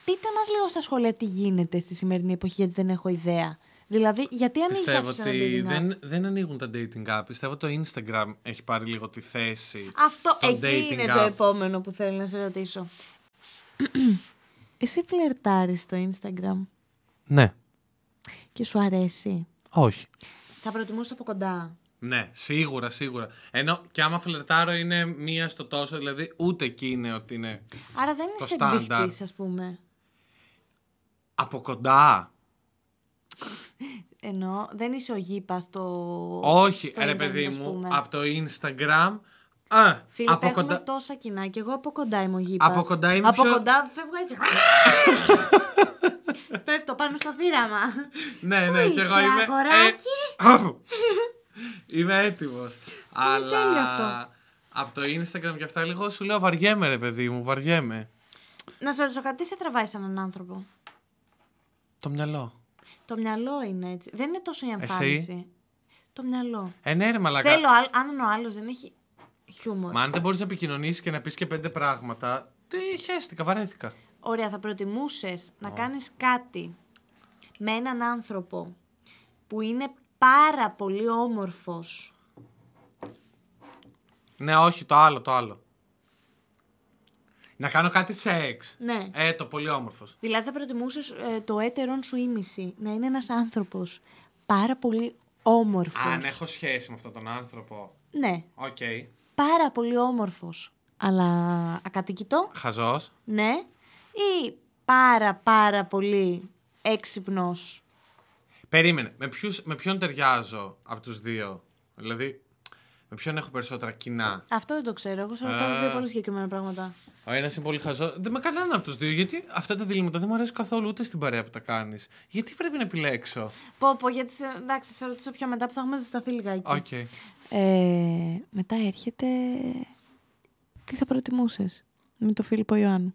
Πείτε μας λίγο στα σχολεία τι γίνεται στη σημερινή εποχή, γιατί δεν έχω ιδέα. Δηλαδή, γιατί ανοίγει Πιστεύω κάποιος ένα ότι dating app? δεν, δεν ανοίγουν τα dating apps. Πιστεύω το Instagram έχει πάρει λίγο τη θέση. Αυτό των εκεί dating είναι app. το επόμενο που θέλω να σε ρωτήσω. Εσύ φλερτάρεις στο Instagram Ναι, και σου αρέσει. όχι. Θα προτιμούσα από κοντά. Ναι, σίγουρα, σίγουρα. Ενώ και άμα φλερτάρω είναι μία στο τόσο, δηλαδή ούτε εκεί είναι ότι είναι. Άρα δεν Το είσαι στάνταρ. μπιχτής, ας πούμε. Από κοντά. Ενώ δεν είσαι ο γήπας στο... όχι, στο ρε ίντερνετ, παιδί ας μου, πούμε. από το Instagram. Α, Φίλιππ, από έχουμε κοντά. τόσα κοινά και εγώ από κοντά είμαι ο γήπας. Από κοντά είμαι Από πιο- κοντά φεύγω *laughs* έτσι. Πέφτω πάνω στο θύραμα. Ναι, Πού ναι, και είσαι, εγώ είμαι. αγοράκι? *laughs* άπου. είμαι έτοιμος. Αλλά. τέλειο αυτό. Από το Instagram και αυτά λίγο σου λέω βαριέμαι, ρε παιδί μου, βαριέμαι. να σε ρωτήσω κάτι, τι σε τραβάει σαν έναν άνθρωπο. Το μυαλό. Το μυαλό είναι έτσι. Δεν είναι τόσο η εμφάνιση. Το μυαλό. Ε, ναι, ρε, μαλακά. Θέλω, άλλο, αν ο άλλος δεν έχει χιούμορ. Μα αν δεν μπορείς να επικοινωνήσεις και να πεις και πέντε πράγματα. Τι χαίστηκα, βαρέθηκα. Ωραία, θα προτιμούσες να κάνεις κάτι με έναν άνθρωπο που είναι πάρα πολύ όμορφος. Ναι, όχι, το άλλο, το άλλο. Να κάνω κάτι σεξ. Ναι. Ε, το πολύ όμορφος. Δηλαδή θα προτιμούσες το έτερον σου ήμιση να είναι ένας άνθρωπος πάρα πολύ όμορφος. Αν έχω σχέση με αυτόν τον άνθρωπο. Ναι, Οκ. πάρα πολύ όμορφος. Αλλά ακατοικητό. Χαζός. Ναι. Ή πάρα πάρα πολύ έξυπνος Περίμενε. Με, ποιους, με ποιον ταιριάζω από τους δύο. Δηλαδή, με ποιον έχω περισσότερα κοινά. Αυτό δεν το ξέρω. Εγώ σε ρωτάω Α. δύο πολύ συγκεκριμένα πράγματα. Ο ένας είναι πολύ χαζό. Δεν με κανέναν από τους δύο. Γιατί αυτά τα διλήμματα δεν μου αρέσουν καθόλου ούτε στην παρέα που τα κάνεις. Γιατί πρέπει να επιλέξω. Πω, πω, γιατί σε, εντάξει, σε ρωτήσω πια μετά που θα έχουμε ζεσταθεί λιγάκι. Οκ. Ε, μετά έρχεται... Τι θα προτιμούσες με τον Φίλιππο Ιωάννου.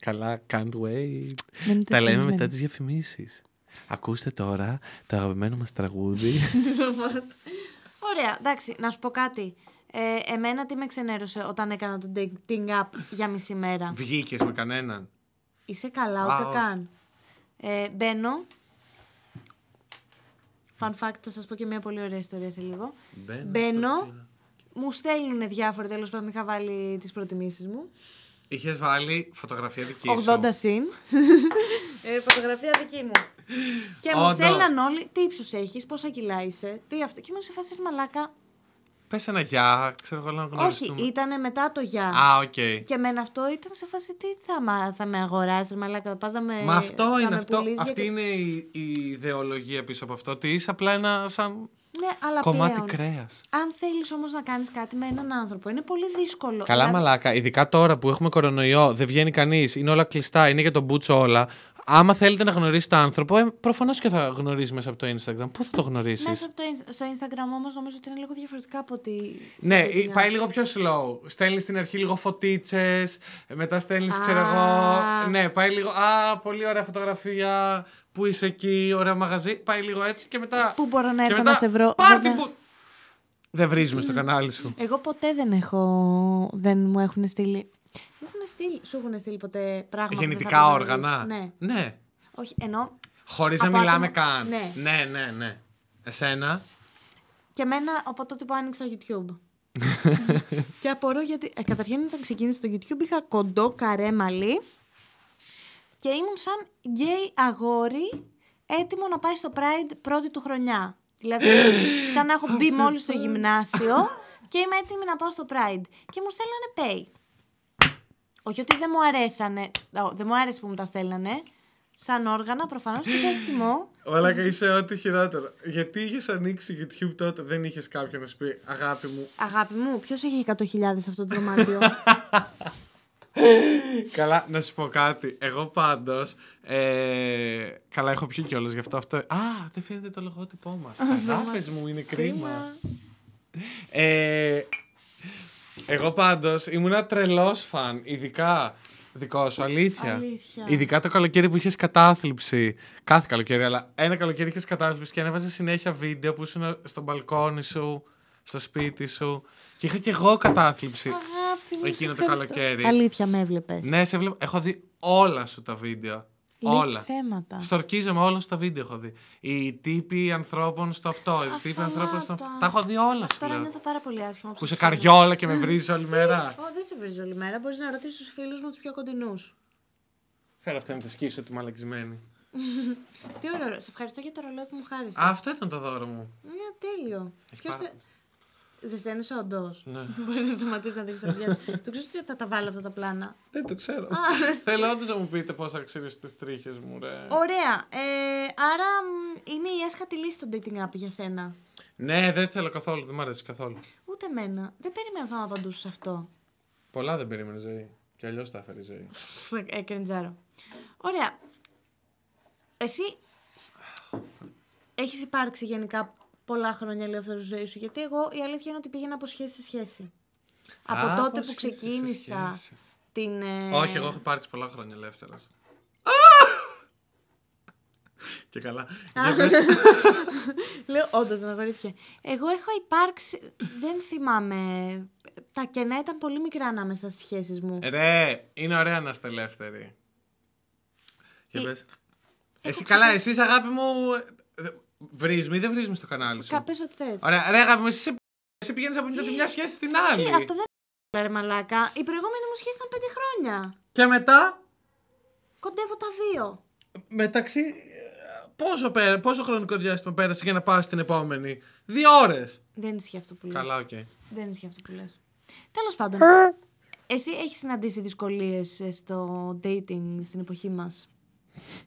Καλά, can't wait. Δεν είναι Τα λέμε τεστιμένα. μετά τις διαφημίσεις. Ακούστε τώρα το αγαπημένο μας τραγούδι. Ωραία, εντάξει, να σου πω κάτι. Ε, εμένα τι με ξενέρωσε όταν έκανα το dating app για μισή μέρα. *laughs* Βγήκες με κανέναν. Είσαι καλά, Α, ούτε όχι. καν. Ε, μπαίνω. Fun fact, θα σας πω και μια πολύ ωραία ιστορία σε λίγο. Μπαίνω στο Μπαίνω. κλαμπ. Μου στέλνουν διάφορα, τέλος πάντων είχα βάλει τις προτιμήσεις μου. Είχες βάλει φωτογραφία δική σου. 80 συν. ε, φωτογραφία δική μου. και μου Όντως. στέλναν όλοι τι ύψος έχεις, πόσα κιλά είσαι, τι αυτό. Και ήμουν σε φάση «Ρε μαλάκα. Πες ένα γεια, ξέρω εγώ να Όχι, γνωριστούμε. ήταν μετά το γεια. Α, οκ. Και εμένα αυτό ήταν σε φάση τι θα, μα- θα με αγοράσει, ρε μαλάκα. Πας να με. Μα αυτό να είναι με αυτό. πουλείς για Αυτή και- είναι η, η ιδεολογία πίσω από αυτό. Ότι είσαι απλά ένα σαν Ναι, αλλά κομμάτι πλέον, κρέας. Αν θέλεις όμως να κάνεις κάτι με έναν άνθρωπο, είναι πολύ δύσκολο. Καλά, Δηλαδή, μαλάκα. Ειδικά τώρα που έχουμε κορονοϊό, δεν βγαίνει κανείς, είναι όλα κλειστά, είναι για τον μπούτσο όλα. Άμα θέλετε να γνωρίσετε άνθρωπο, ε, προφανώς και θα γνωρίζεις μέσα από το Instagram. Πού θα το γνωρίσει. Μέσα από το, ins- στο Instagram όμως νομίζω ότι είναι λίγο διαφορετικά από ότι. Ναι, στα ή- dating πάει apps. λίγο πιο slow. Στέλνεις στην αρχή λίγο φωτίτσες, μετά στέλνεις, Α. ξέρω εγώ. Ναι, πάει λίγο. Α, πολύ ωραία φωτογραφία. Πού είσαι εκεί, ωραία μαγαζί. Πάει λίγο έτσι και μετά. Πού μπορώ να και έρθω μετά, να σε βρω, Πάρ' βέβαια. την που. Δεν βρίζουμε στο κανάλι σου. Εγώ ποτέ δεν έχω... Δεν μου έχουν στείλει... Δεν μου έχουν στείλει. Σου έχουν στείλει ποτέ πράγματα. που δεν θα Γεννητικά πρέπει να όργανα. δεις. Ναι. ναι. Όχι, ενώ Χωρίς να Από μιλάμε άτομα- καν. ναι. ναι, ναι. ναι. Εσένα. και εμένα από τότε που άνοιξα *laughs* YouTube. και απορώ γιατί. ε, καταρχήν, όταν ξεκίνησε το YouTube, είχα κοντό καρέ μαλλί και ήμουν σαν γκέι αγόρι έτοιμο να πάει στο Pride πρώτη του χρονιά. *gasps* Δηλαδή, σαν να έχω μπει μόλις *laughs* στο γυμνάσιο και είμαι έτοιμη να πάω στο Pride. Και μου στέλνανε pay. Όχι ότι δεν μου αρέσανε. Ω, δεν μου άρεσε που μου τα στέλνανε. Σαν όργανα, προφανώς και τα εκτιμώ. Όλα είσαι ό,τι χειρότερο. Γιατί είχες ανοίξει YouTube τότε, δεν είχες κάποιον να σου πει Αγάπη μου. Αγάπη μου, ποιος έχει 100.000 σε αυτό το δωμάτιο. Καλά, να σου πω κάτι. Εγώ πάντως. Ε, καλά, έχω πιει κιόλας γι' αυτό αυτό. Α, δεν φαίνεται το λογότυπό μας. Αγάπε μου, είναι κρίμα. Ε, εγώ πάντως ήμουνα τρελός φαν, ειδικά δικό σου, αλήθεια. Αλήθεια. Ειδικά το καλοκαίρι που είχες κατάθλιψη. Κάθε καλοκαίρι, αλλά ένα καλοκαίρι είχες κατάθλιψη και ανέβαζες συνέχεια βίντεο που ήσουν στο μπαλκόνι σου, στο σπίτι σου. Και είχα κι εγώ κατάθλιψη. Αγάπη μου, Εκείνο σε το ευχαριστώ. καλοκαίρι. Αλήθεια με έβλεπες. ναι, σε βλέπω. Έχω δει όλα σου τα βίντεο. Όλα. Όλα. ψέματα. Στορκίζομαι όλα σου τα βίντεο έχω δει. Οι τύποι ανθρώπων στο αυτό, οι τύποι ανθρώπων στο αυτό. σταμάτα. Τα έχω δει όλα σου. Τώρα λέω. νιώθω πάρα πολύ άσχημα. Που σε καριόλα και με βρίζεις όλη μέρα. Ω, δεν σε βρίζω όλη μέρα. Μπορείς να ρωτήσεις τους φίλους μου τους πιο κοντινούς. Φέρω αυτή να τη σκίσω τη μαλακισμένη. Τι ωραίο. Σε ευχαριστώ για το ρολόι που μου χάρισες. Α, αυτό ήταν το δώρο μου. Ναι, τέλειο. Έχει Ποιος πάρα τε- Ζεσταίνεις όντως. Ναι. *laughs* Μπορείς να σταματήσεις να δείχνει τα βιβλία σου. Το ξέρω ότι θα τα βάλω αυτά τα πλάνα. Δεν το ξέρω. Θέλω όντως να μου πείτε πώς θα ξύρεις τις τρίχες μου, ρε. Ωραία. Ε, άρα μ, είναι η έσχατη λύση το dating app για σένα. Ναι, δεν θέλω καθόλου, δεν μ' αρέσει καθόλου. Ούτε εμένα. Δεν περίμενα θα μου απαντούσες σε αυτό. Πολλά δεν περίμενε ζωή. Και αλλιώ τα έφερε η ζωή. Ε, κρεντζάρω. Ωραία. Εσύ έχεις υπάρξει γενικά πολλά χρόνια ελεύθερη ζωή σου, γιατί εγώ η αλήθεια είναι ότι πήγαινα από σχέση σε σχέση. Από Α, τότε πώς που σχέση σε ξεκίνησα σχέση. την... ε, Όχι, εγώ έχω υπάρξει πολλά χρόνια ελεύθερας. Και καλά. Για πες. Λέω, όντως δεν αγορήθηκε. Εγώ έχω υπάρξει... δεν θυμάμαι... Τα κενά ήταν πολύ μικρά ανάμεσα στις σχέσεις Ε, μου. Ρε, είναι ωραία να είστε ελεύθεροι. Για Ε, πες. Εσύ καλά, εσύ είσαι, αγάπη μου. ε, Βρίζουμε ή δεν βρίζουμε στο κανάλι σου. Καπές ό,τι θες. Ωραία, ρε, αγάπη μου, εσύ, είσαι π***. εσύ πηγαίνεις από τη μια σχέση στην άλλη. Τι, Ε, αυτό δεν είναι ρε μαλάκα. Η προηγούμενη μου σχέση ήταν πέντε χρόνια. Και μετά, Κοντεύω τα δύο. μεταξύ. ε, Πόσο, πέρα, πόσο χρονικό διάστημα πέρασε για να πας στην επόμενη. Δύο ώρες. Δεν ισχύει αυτό που λες. Καλά, οκ. Δεν ισχύει αυτό που λες. Τέλος πάντων, εσύ έχεις συναντήσει δυσκολίες ε, στο dating στην εποχή μας.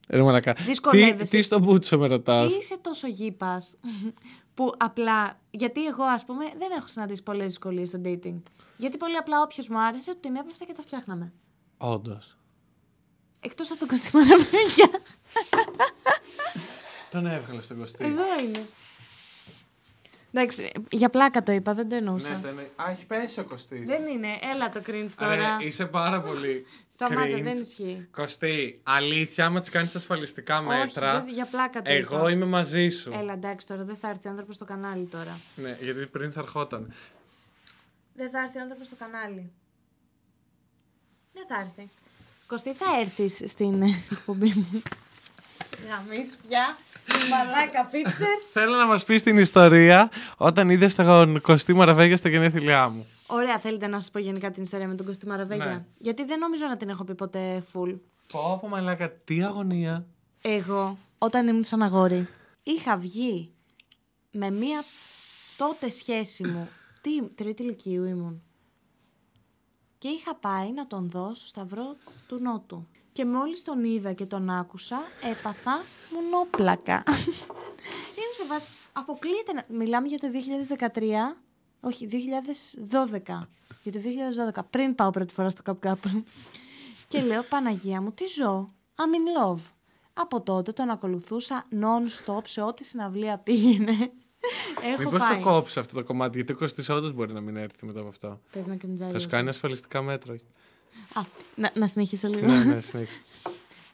Ρε μαλακά. Δυσκολεύεσαι. Τι, τι στο μπούτσο με ρωτάς. Ή είσαι τόσο γήπας *laughs* που απλά... Γιατί εγώ, ας πούμε, δεν έχω συναντήσει πολλές δυσκολίες στο dating. Γιατί πολύ απλά όποιος μου άρεσε, του την έπεφτα και τα φτιάχναμε. Όντως. Εκτός από τον Κωστή *laughs* Μαραβέγια. Τον έβγαλες στον κοστί. Εδώ είναι. Εντάξει, για πλάκα το είπα, δεν το εννοούσα. Ναι, τον... Α, έχει πέσει ο κοστή. Δεν είναι. Έλα το cringe τώρα. Ρε, είσαι πάρα πολύ. Σταμάτα, cringe. δεν ισχύει. Κωστή, αλήθεια, άμα τις κάνεις ασφαλιστικά μέτρα, Όχι, δεν- για πλάκα το είπα. εγώ είμαι μαζί σου. Έλα, εντάξει τώρα, δεν θα έρθει άνθρωπος στο κανάλι τώρα. Ναι, γιατί πριν θα ερχόταν. Δεν θα έρθει άνθρωπος στο κανάλι. Δεν θα έρθει. Κωστή, θα έρθεις στην ε, εκπομπή μου. Γραμμή πια. Μαλάκα, φίξτερ. Θέλω να μας πεις την ιστορία όταν είδες τον Κωστή Μαραβέγια στα γενέθλιά μου. Ωραία, θέλετε να σας πω γενικά την ιστορία με τον Κωστή Μαραβέγια. Ναι. Γιατί δεν νομίζω να την έχω πει ποτέ full. Πω, πω, μαλάκα, τι αγωνία. Εγώ, όταν ήμουν σαν αγόρι, είχα βγει με μία τότε σχέση μου. Τι, τρίτη ηλικίου ήμουν. Και είχα πάει να τον δω στο σταυρό του Νότου. Και μόλις τον είδα και τον άκουσα, έπαθα μουνόπλακα. Είμαι σε βάση, αποκλείεται να... Μιλάμε για το 2013, όχι, 2012. Για το 2012, πριν πάω πρώτη φορά στο καπ και λέω Παναγία μου, τι ζω. I'm in love. Από τότε τον ακολουθούσα non-stop σε ό,τι συναυλία πήγαινε. Έχω Μήπω πάει. το κόψει αυτό το κομμάτι, γιατί ο Κωστής όντως μπορεί να μην έρθει μετά από αυτό. Θες να κριντζάρει Θα σου λίγο. κάνει ασφαλιστικά μέτρα. *laughs* Α, να, να συνεχίσω λίγο. ναι, ναι, συνέχισε.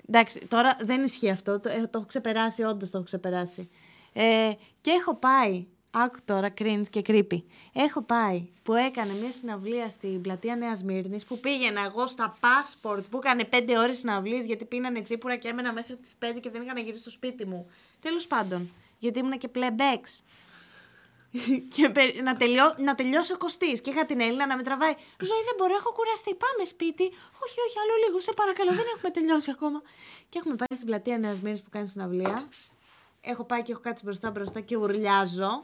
Εντάξει, τώρα δεν ισχύει αυτό. Το, ε, το έχω ξεπεράσει, όντως το έχω ξεπεράσει. Ε, και έχω πάει Άκου τώρα, cringe και creepy. Έχω πάει που έκανε μια συναυλία στην πλατεία Νέας Μύρνης που πήγαινα εγώ στα passport που έκανε 5 ώρες συναυλίες γιατί πίνανε τσίπουρα και έμενα μέχρι τις 5 και δεν είχα να γυρίσει στο σπίτι μου. Τέλος πάντων, γιατί ήμουνα και πλεμπέξ. *laughs* και πε- να, τελειώ, να τελειώσει ο Κωστή. Και είχα την Έλληνα να με τραβάει. Ζωή δεν μπορώ, έχω κουραστεί. Πάμε σπίτι. Όχι, όχι, άλλο λίγο. Σε παρακαλώ, δεν έχουμε τελειώσει ακόμα. Και έχουμε πάει στην πλατεία Νέας Μύρνης που κάνει συναυλία. Έχω πάει και έχω κάτσει μπροστά μπροστά και ουρλιάζω.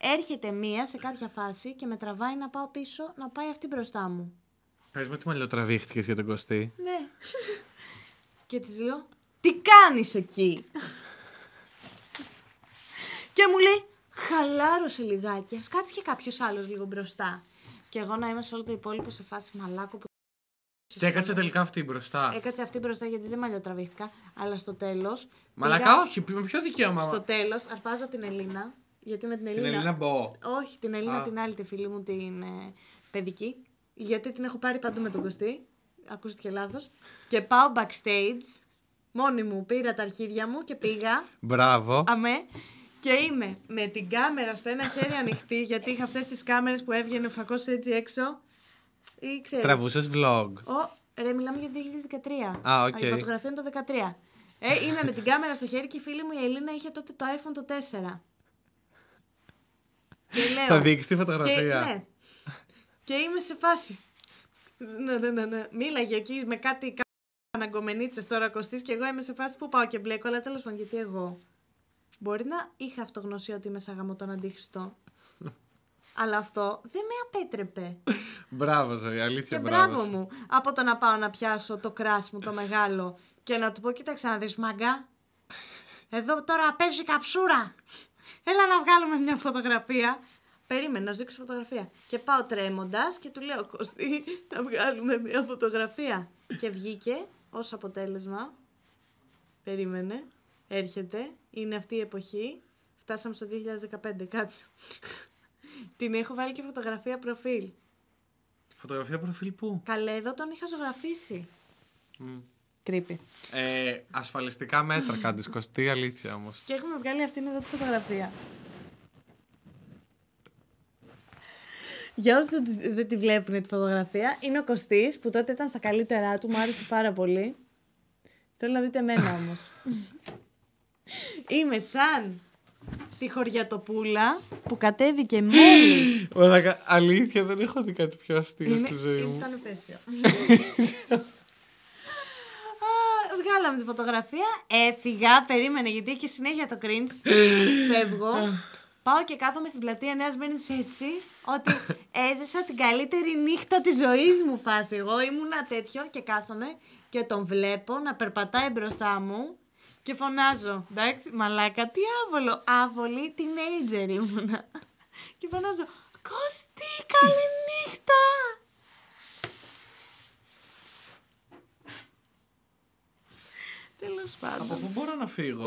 Έρχεται μία σε κάποια φάση και με τραβάει να πάω πίσω, να πάει αυτή μπροστά μου. Πες με τι μαλλιοτραβήχτηκες για τον Κωστή. Ναι. και της λέω, Τι κάνεις εκεί. και μου λέει, Χαλάρωσε λιγάκι. Ας κάτσει και κάποιος άλλος λίγο μπροστά. Και εγώ να είμαι σε όλο το υπόλοιπο σε φάση μαλάκο που. Και έκατσε τελικά αυτή μπροστά. Έκατσε αυτή μπροστά γιατί δεν μαλλιοτραβήχτηκα. Αλλά στο τέλος. Μαλακά όχι, με ποιο δικαίωμα. Στο τέλος αρπάζω την Ελίνα. Γιατί με την Την Ελίνα. Ελίνα Μπό. Όχι, την Ελίνα Α. την άλλη τη φίλη μου, την ε, παιδική. Γιατί την έχω πάρει παντού με τον Κωστή. Ακούστηκε λάθος. Και πάω backstage. Μόνη μου πήρα τα αρχίδια μου και πήγα. Μπράβο. Αμέ. Και είμαι με την κάμερα στο ένα χέρι ανοιχτή, γιατί είχα αυτές τις κάμερες που έβγαινε ο φακός έτσι έξω. Ή ξέρεις. Τραβούσες vlog. Ω, ρε, μιλάμε για το 2013. Α, οκ. Η φωτογραφία είναι το 2013. Ε, είμαι με την κάμερα στο χέρι και η φίλη μου η Ελίνα είχε τότε το iPhone το 4. Και λέω. Θα δείξεις τη Και, φωτογραφία. ναι. και είμαι σε φάση. Ναι, ναι, ναι, ναι. Μίλαγε εκεί με κάτι αναγκομενίτσες τώρα κοστή και εγώ είμαι σε φάση που πάω και μπλέκω. Αλλά τέλος πάντων, γιατί εγώ. Μπορεί να είχα αυτογνωσία ότι είμαι σαν γαμό τον αντίχριστο. αλλά αυτό δεν με απέτρεπε. Μπράβο, ζωή, αλήθεια. και μπράβο σου. μου. Από το να πάω να πιάσω το κράσι μου το μεγάλο και να του πω: Κοίταξε να δεις μαγκά. Εδώ τώρα παίζει καψούρα. Έλα να βγάλουμε μια φωτογραφία. Περίμενα να σου δείξω φωτογραφία. Και πάω τρέμοντας και του λέω: Κωστή, να βγάλουμε μια φωτογραφία. Και βγήκε ως αποτέλεσμα. Περίμενε. Έρχεται. Είναι αυτή η εποχή. Φτάσαμε στο 2015. Κάτσε. Την έχω βάλει και φωτογραφία προφίλ. Φωτογραφία προφίλ πού. Καλέ, εδώ τον είχα ζωγραφίσει. Μμ. Κρύπη. Ε, ασφαλιστικά μέτρα κάνεις Κωστή, αλήθεια όμως. Και έχουμε βγάλει αυτήν εδώ τη φωτογραφία. Για όσους δεν τις- δεν τη βλέπουν τη φωτογραφία, είναι ο Κωστής που τότε ήταν στα καλύτερά του, μου άρεσε πάρα πολύ. Θέλω να δείτε εμένα όμως. Είμαι σαν τη χωριατοπούλα που κατέβηκε μόλις. Μαλάκα, αλήθεια, δεν έχω δει κάτι πιο αστείο Είναι- στη ζωή μου. Ήταν επέσιο. Α, Βγάλαμε τη φωτογραφία, έφυγα, περίμενε γιατί είχε συνέχεια το cringe. Φεύγω. Πάω και κάθομαι στην πλατεία Νέας Μήνη έτσι, ότι έζησα την καλύτερη νύχτα της ζωής μου φάση. Εγώ ήμουνα τέτοιο και κάθομαι και τον βλέπω να περπατάει μπροστά μου και φωνάζω. Εντάξει, μαλάκα, τι άβολο. Άβολη, teenager ήμουνα. Και φωνάζω, Κώστη, καλή νύχτα! Τέλος Από πάντων. πού μπορώ να φύγω.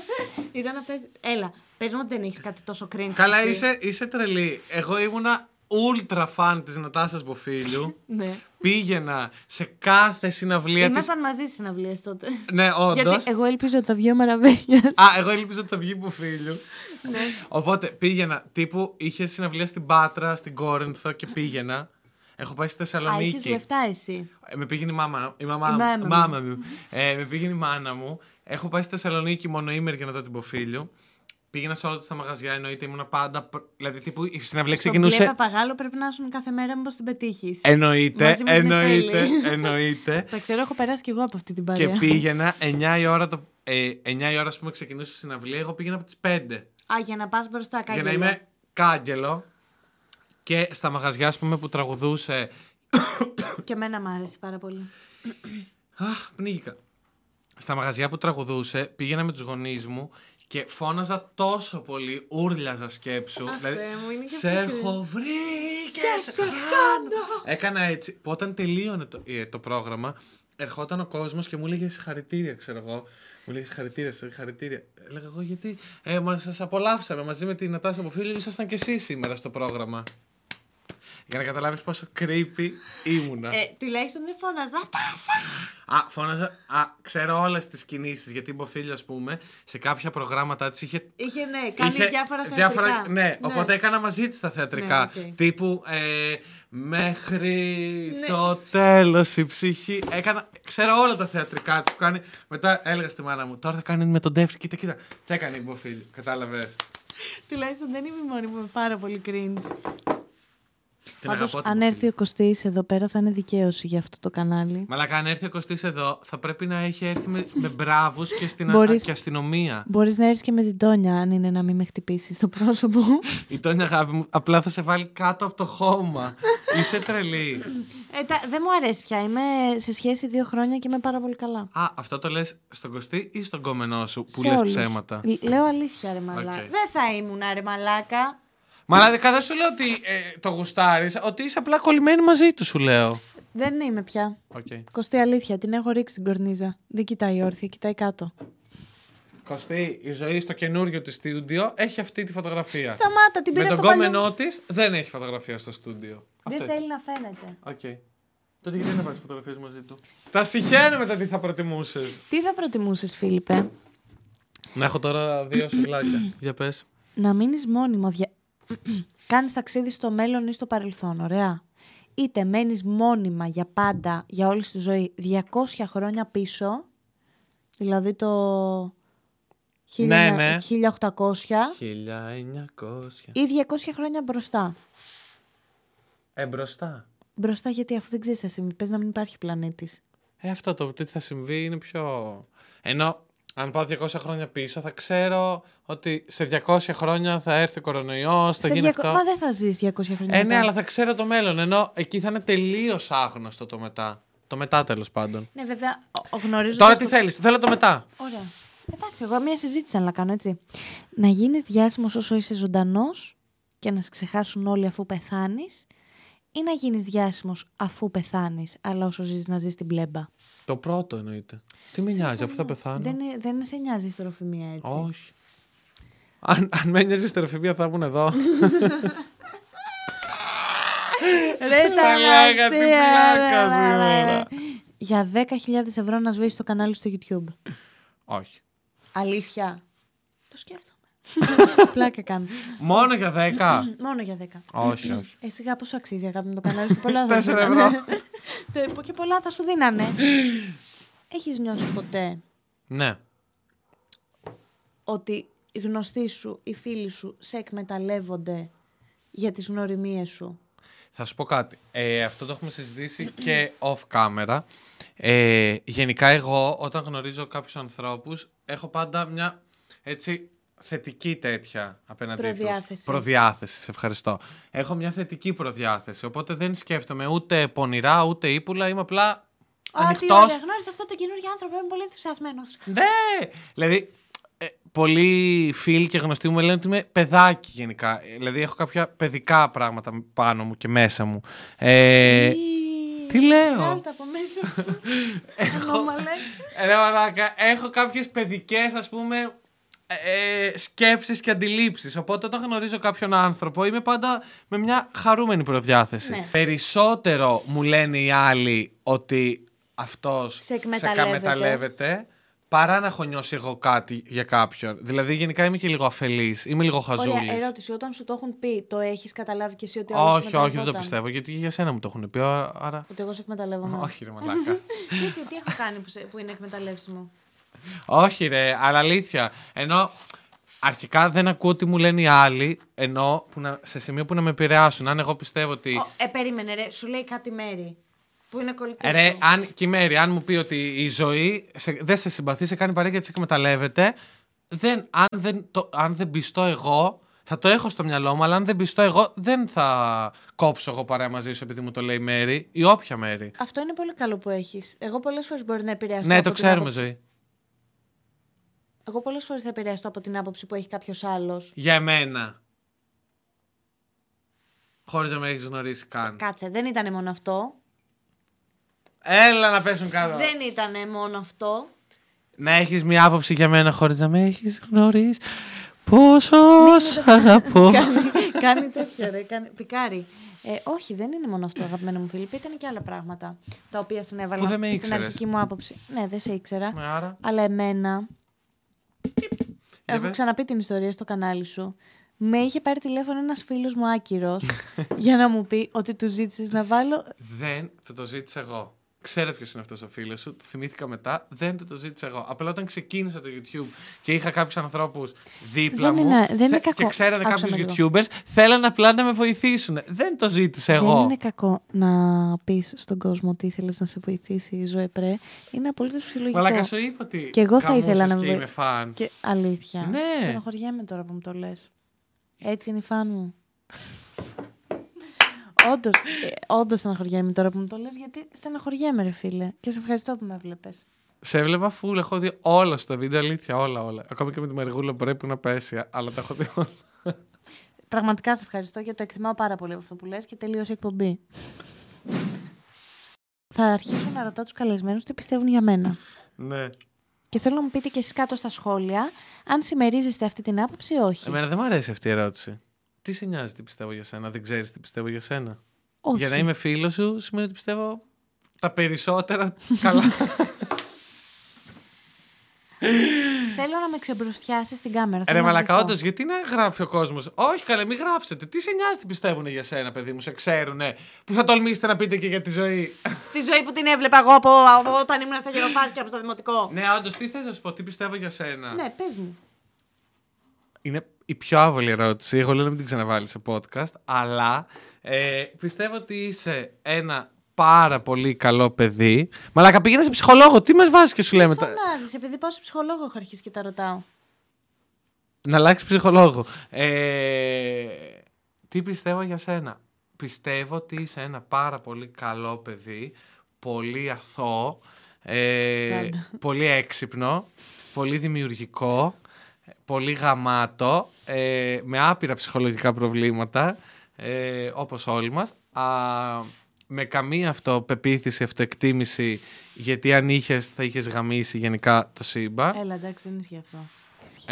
*laughs* Ήταν να πες... Έλα, πες μου ότι δεν έχεις κάτι τόσο cringe. Καλά, εσύ. είσαι, είσαι τρελή. Εγώ ήμουνα ultra fan της Νατάσας Μποφίλιου. Ναι. Πήγαινα σε κάθε συναυλία της. Ήμασταν μαζί στις συναυλίες τότε. Ναι, όντως. εγώ ελπίζω ότι θα βγει ο Μαραβέγιας. Α, εγώ ελπίζω ότι θα βγει που φίλου. Ναι. Οπότε πήγαινα. Τύπου είχε συναυλία στην Πάτρα, στην Κόρινθο και πήγαινα. Έχω πάει στη Α, έχεις Θεσσαλονίκη. λεφτά εσύ. Ε, με πήγαινε η μάμα, η μαμά, Η μου- μάμα μου. μάμα μου. Ε, με πήγαινε η μάνα μου. Έχω πάει στη Θεσσαλονίκη μονοήμερη για να δω την Ποφίλιο. Πήγαινα σε όλα τα μαγαζιά, εννοείται ήμουν πάντα. προ- Δηλαδή, τύπου η συναυλία Στον ξεκινούσε. Ε. μπλε παπαγάλο πρέπει να ήσουν κάθε μέρα μήπως την πετύχεις. Εννοείται, Μαζί με την εννοείται, Εφέλη. *laughs* εννοείται. Τα ξέρω, έχω περάσει κι εγώ από αυτή την και παρέα. πήγαινα 9 η ώρα, το, ε, 9 η ώρα, ας πούμε, ξεκινούσε η συναυλία. Εγώ πήγαινα από τις 5. Α, για να πας μπροστά, κάτι. Για να είμαι κάγκελο. Και στα μαγαζιά, ας πούμε, που τραγουδούσε. Και εμένα μου άρεσε πάρα πολύ. Αχ, πνίγηκα. Στα μαγαζιά που τραγουδούσε, πήγαινα με τους γονείς μου και φώναζα τόσο πολύ, ούρλιαζα σκέψου. Αχ, Δηλαδή, Θεέ μου, είναι και σε αυτό έχω βρει και σε χάνω. Έκανα έτσι. Που Όταν τελείωνε το, ε, το πρόγραμμα, ερχόταν ο κόσμος και μου έλεγε συγχαρητήρια, ξέρω εγώ. Μου λέγε συγχαρητήρια, συγχαρητήρια. Έλεγα εγώ γιατί. Ε, μα σας απολαύσαμε μαζί με την Νατάσα από φίλη, ήσασταν και εσείς σήμερα στο πρόγραμμα. Για να καταλάβεις πόσο creepy ήμουνα. Ε, τουλάχιστον δεν φωνάζα. Α, φώναζα. Α, ξέρω όλες τις κινήσεις. Γιατί είπε ο φίλο, ας πούμε, σε κάποια προγράμματα της είχε. Είχε, ναι, κάνει είχε διάφορα θεατρικά. ναι, οπότε έκανα μαζί της τα θεατρικά. Ναι, οκ. Τύπου. Ε, μέχρι Ναι. το τέλος η ψυχή. Έκανα. Ξέρω όλα τα θεατρικά της που κάνει. Μετά έλεγα στη μάνα μου, τώρα θα κάνει με τον Τεύτη. Κοίτα, κοίτα. Τι έκανε η Μποφίλη. Κατάλαβες. Τουλάχιστον δεν είμαι η μόνη που είμαι πάρα πολύ cringe. Την Πάντως, αγαπώ. την αν Μποφίλη. έρθει ο Κωστής εδώ πέρα θα είναι δικαίωση για αυτό το κανάλι. Μαλάκα, αν έρθει ο Κωστής εδώ, θα πρέπει να έχει έρθει με, με μπράβους και, στην, Μπορείς. και αστυνομία. Μπορείς να έρθεις και με την Τόνια αν είναι να μην με χτυπήσεις στο πρόσωπο. Η Τόνια, αγάπη μου, απλά θα σε βάλει κάτω από το χώμα. Είσαι τρελή. ε, τα- δεν μου αρέσει πια. Είμαι σε σχέση δύο χρόνια και είμαι πάρα πολύ καλά. Α, αυτό το λες στον Κωστή ή στον κόμενό σου που Σε λες όλους. ψέματα. Λ- Λέω αλήθεια ρε μαλάκα. Οκ. Δεν θα ήμουν ρε μαλάκα. Μαλάκα, δεν σου λέω ότι ε, το γουστάρεις, ότι είσαι απλά κολλημένη μαζί του, σου λέω. Δεν είμαι πια. Okay. Κωστή αλήθεια, την έχω ρίξει την κορνίζα. Δεν κοιτάει όρθια, κοιτάει κάτω. Κωστή, η ζωή στο καινούριο της στούντιο έχει αυτή τη φωτογραφία. Σταμάτα, την πήρε Με από τον το παλιό. κόμενό της δεν έχει φωτογραφία στο στούντιο. Δεν θέλει να φαίνεται. Οκ. Τότε γιατί δεν πάρεις φωτογραφίες μαζί του. Τα συγχαίρω μετά τι θα προτιμούσες. Τι θα προτιμούσες Φίλιππε, Να έχω τώρα δύο σουβλάκια. Για πες. να μείνεις μόνιμα. Δια... *clears throat* Κάνεις ταξίδι στο μέλλον ή στο παρελθόν, ωραία. Είτε μένεις μόνιμα για πάντα, για όλη σου τη ζωή, 200 χρόνια πίσω, δηλαδή το 1900, Ναι, ναι. 1800 1900. ή 200 χρόνια μπροστά. Ε, μπροστά. Μπροστά γιατί αφού δεν ξέρεις τι θα συμβεί, πες να μην υπάρχει πλανήτης. Ε, αυτό το τι θα συμβεί είναι πιο. Ενώ αν πάω 200 χρόνια πίσω, θα ξέρω ότι σε 200 χρόνια θα έρθει ο κορονοϊός, θα Σε γίνει 200 αυτό. Μα δεν θα ζεις 200 χρόνια Ε, ναι, μετά. αλλά θα ξέρω το μέλλον. Ενώ εκεί θα είναι τελείως άγνωστο το μετά. Το μετά, τέλος πάντων. Ναι, βέβαια, ο- ο- γνωρίζοντας Τώρα το- τι θέλεις, θέλω το μετά. Ωραία. Εντάξει, εγώ μια συζήτηση θέλω να κάνω, έτσι. Να γίνεις διάσημος όσο είσαι ζωντανός και να σε ξεχάσουν όλοι αφού πεθάνεις, ή να γίνεις διάσημος αφού πεθάνεις, αλλά όσο ζεις να ζεις την πλέμπα. Το πρώτο εννοείται. Τι με νοιάζει, αφού θα πεθάνω. Δεν, ε- δεν σε νοιάζει η ιστεροφημία έτσι. Όχι. Αν, αν με νοιάζει η στεροφημία θα ήμουν εδώ. Ρε τα Μαλάκα, τι αστεία, πλάκα ρε, ρε, ρε, σήμερα. ρε. Για 10.000 ευρώ να σβήσει το κανάλι στο YouTube. Όχι. Αλήθεια. Το σκέφτομαι. *laughs* Πλάκα κάνω. Μόνο για 10. *clears throat* Μόνο για 10. όχι, όχι. Ε, σιγά, πόσο αξίζει αγάπη μου το κανάλι σου. *laughs* Πολλά θα σου Τέσσερα δίνανε. ευρώ. *laughs* Τε- και πολλά θα σου δίνανε. Έχεις νιώσει ποτέ ναι. ότι οι γνωστοί σου, οι φίλοι σου, σε εκμεταλλεύονται για τις γνωριμίες σου. Θα σου πω κάτι. Ε, αυτό το έχουμε συζητήσει και off camera. Ε, γενικά εγώ όταν γνωρίζω κάποιους ανθρώπους έχω πάντα μια έτσι θετική τέτοια απέναντι τους. Προδιάθεση. Προδιάθεση, σε ευχαριστώ. Έχω μια θετική προδιάθεση, οπότε δεν σκέφτομαι ούτε πονηρά ούτε ύπουλα, είμαι απλά Α, τι ανοιχτός ωραία, γνώρισε αυτό το καινούργιο άνθρωπο. Είμαι πολύ ενθουσιασμένος. Ναι! Δηλαδή, ε, πολλοί φίλοι και γνωστοί μου λένε ότι είμαι παιδάκι γενικά. Ε, Δηλαδή, έχω κάποια παιδικά πράγματα πάνω μου και μέσα μου. Ε, τι λέω? Κάλτα από μέσα *laughs* σου. Ανώμαλε. Ρε μαλάκα, έχω κάποιες παιδικές, ας πούμε, ε, σκέψεις και αντιλήψεις. Οπότε όταν γνωρίζω κάποιον άνθρωπο είμαι πάντα με μια χαρούμενη προδιάθεση. Ναι. Περισσότερο μου λένε οι άλλοι ότι αυτός Σε εκμεταλλεύεται. καμεταλλεύεται, παρά να έχω νιώσει εγώ κάτι για κάποιον. Δηλαδή γενικά είμαι και λίγο αφελής, είμαι λίγο Ωραία, χαζούλης. ερώτηση. Όταν σου το έχουν πει, το έχεις καταλάβει και εσύ ότι όλος όχι, όχι, δεν το εκμεταλλευόταν? πιστεύω, γιατί για σένα μου το έχουν πει, άρα- άρα... Ότι εγώ σε εκμεταλλεύομαι. Όχι ρε *laughs* μαλάκα. Γιατί, τι έχω κάνει που, σε- που είναι εκμεταλλεύσιμο. Όχι ρε, αλλά αλήθεια. Ενώ αρχικά δεν ακούω τι μου λένε οι άλλοι, ενώ που να, σε σημείο που να με επηρεάσουν. Αν εγώ πιστεύω ότι... Ω, Ε, περίμενε, ρε, σου λέει κάτι μέρη. Που είναι κολλητή. Ρε, αν, και η Μέρη, αν μου πει ότι η ζωή σε- δεν σε συμπαθεί, σε κάνει παρέα και σε εκμεταλλεύεται, δεν, αν, δεν το, αν δεν πιστώ εγώ, θα το έχω στο μυαλό μου, αλλά αν δεν πιστώ εγώ, δεν θα κόψω εγώ παρέα μαζί σου επειδή μου το λέει η Μέρη ή όποια Μέρη. Αυτό είναι πολύ καλό που έχεις. Εγώ πολλές φορές μπορεί να επηρεαστώ. Ναι, από το την ξέρουμε, άποψη- ζωή. Εγώ πολλές φορές θα επηρεαστώ από την άποψη που έχει κάποιος άλλος. Για εμένα. Χωρίς να με έχεις γνωρίσει καν. Κάτσε, δεν ήταν μόνο αυτό. Έλα να πέσουν κάτω. Δεν ήταν μόνο αυτό. Να έχεις μια άποψη για μένα χωρίς να με έχεις γνωρίσει. Πόσο σ' αγαπώ. κάνει τέτοιο, ρε. Κάνει... Πικάρι. Ε, όχι, δεν είναι μόνο αυτό, αγαπημένο μου Φίλιππ. Ήταν και άλλα πράγματα τα οποία Που δεν συνέβαλαν με στην ήξερες. αρχική μου άποψη. Ναι, δεν σε ήξερα. Ναι, άρα. Αλλά εμένα. Για Έχω πες. ξαναπεί την ιστορία στο κανάλι σου. Με είχε πάρει τηλέφωνο ένας φίλος μου άκυρος *laughs* για να μου πει ότι του ζήτησες να βάλω. Δεν του το ζήτησα εγώ. Ξέρω ποιος είναι αυτός ο φίλος σου, το θυμήθηκα μετά, δεν του το ζήτησα εγώ. Απλά όταν ξεκίνησα το YouTube και είχα κάποιους ανθρώπους δίπλα Δεν μου είναι- δεν είναι θε- κακό. και ξέρανε Άκουσα κάποιους με YouTubers, θέλανε απλά να με βοηθήσουν. Δεν το ζήτησα Δεν εγώ. είναι κακό να πεις στον κόσμο ότι ήθελες να σε βοηθήσει η ζωή πρέ. Είναι απολύτως φυσιολογικό. Μαλάκα σου είπα ότι. Και εγώ θα ήθελα καμούσες να με Και βοη- είμαι φαν. Και αλήθεια. Ναι. Στενοχωριέμαι τώρα που μου το λες. Έτσι είναι η φαν μου. Όντως, όντως στεναχωριέμαι τώρα που μου το λες, γιατί στεναχωριέμαι ρε φίλε. Και σε ευχαριστώ που με βλέπεις. Σε έβλεπα φουλ, έχω δει όλα στα βίντεο, αλήθεια, όλα, όλα. Ακόμα και με τη Μεργούλα που πρέπει να πέσει, αλλά τα έχω δει όλα. Πραγματικά σε ευχαριστώ και το εκτιμάω πάρα πολύ αυτό που λες και τελείωσε η εκπομπή. Θα αρχίσω να ρωτάω τους καλεσμένους τι πιστεύουν για μένα. ναι. Και θέλω να μου πείτε κι εσείς κάτω στα σχόλια αν συμμερίζεστε αυτή την άποψη ή όχι. Εμένα δεν μου αρέσει αυτή η ερώτηση. Τι σε νοιάζει τι πιστεύω για σένα, δεν ξέρεις τι πιστεύω για σένα. όχι. Για να είμαι φίλος σου σημαίνει ότι πιστεύω τα *laughs* περισσότερα καλά. Θέλω να με ξεμπροστιάσεις στην κάμερα. θέλω Ρε να μαλακά, βρεθώ. όντω, γιατί να γράφει ο κόσμος. Όχι, καλέ, μην γράψετε. Τι σε νοιάζει τι πιστεύουν για σένα, παιδί μου, σε ξέρουνε. Που θα τολμήσετε να πείτε και για τη ζωή. Τη ζωή που την έβλεπα εγώ από, από όταν ήμουν στα γεροφάσκια από στο δημοτικό. ναι, όντως, τι θες να σου πω, τι πιστεύω για σένα. Ναι, πες μου. Είναι η πιο άβολη ερώτηση. Εγώ λέω να μην την ξαναβάλει σε podcast, αλλά ε, πιστεύω ότι είσαι ένα πάρα πολύ καλό παιδί. Μαλακά, πήγαινε σε ψυχολόγο. Τι μας βάζεις και σου λέμε. τα- Φωνάζεις, επειδή πάω σε ψυχολόγο έχω αρχίσει και τα ρωτάω. Να αλλάξει ψυχολόγο. Ε, τι πιστεύω για σένα. Πιστεύω ότι είσαι ένα πάρα πολύ καλό παιδί, πολύ αθώο, ε, Σαν τα. πολύ έξυπνο, πολύ δημιουργικό, πολύ γαμάτο, ε, με άπειρα ψυχολογικά προβλήματα, ε, όπως όλοι μας. Α, με καμία αυτοπεποίθηση, αυτοεκτίμηση, γιατί αν είχες θα είχες γαμίσει γενικά το σύμπαν. Έλα, εντάξει, δεν ισχύει αυτό.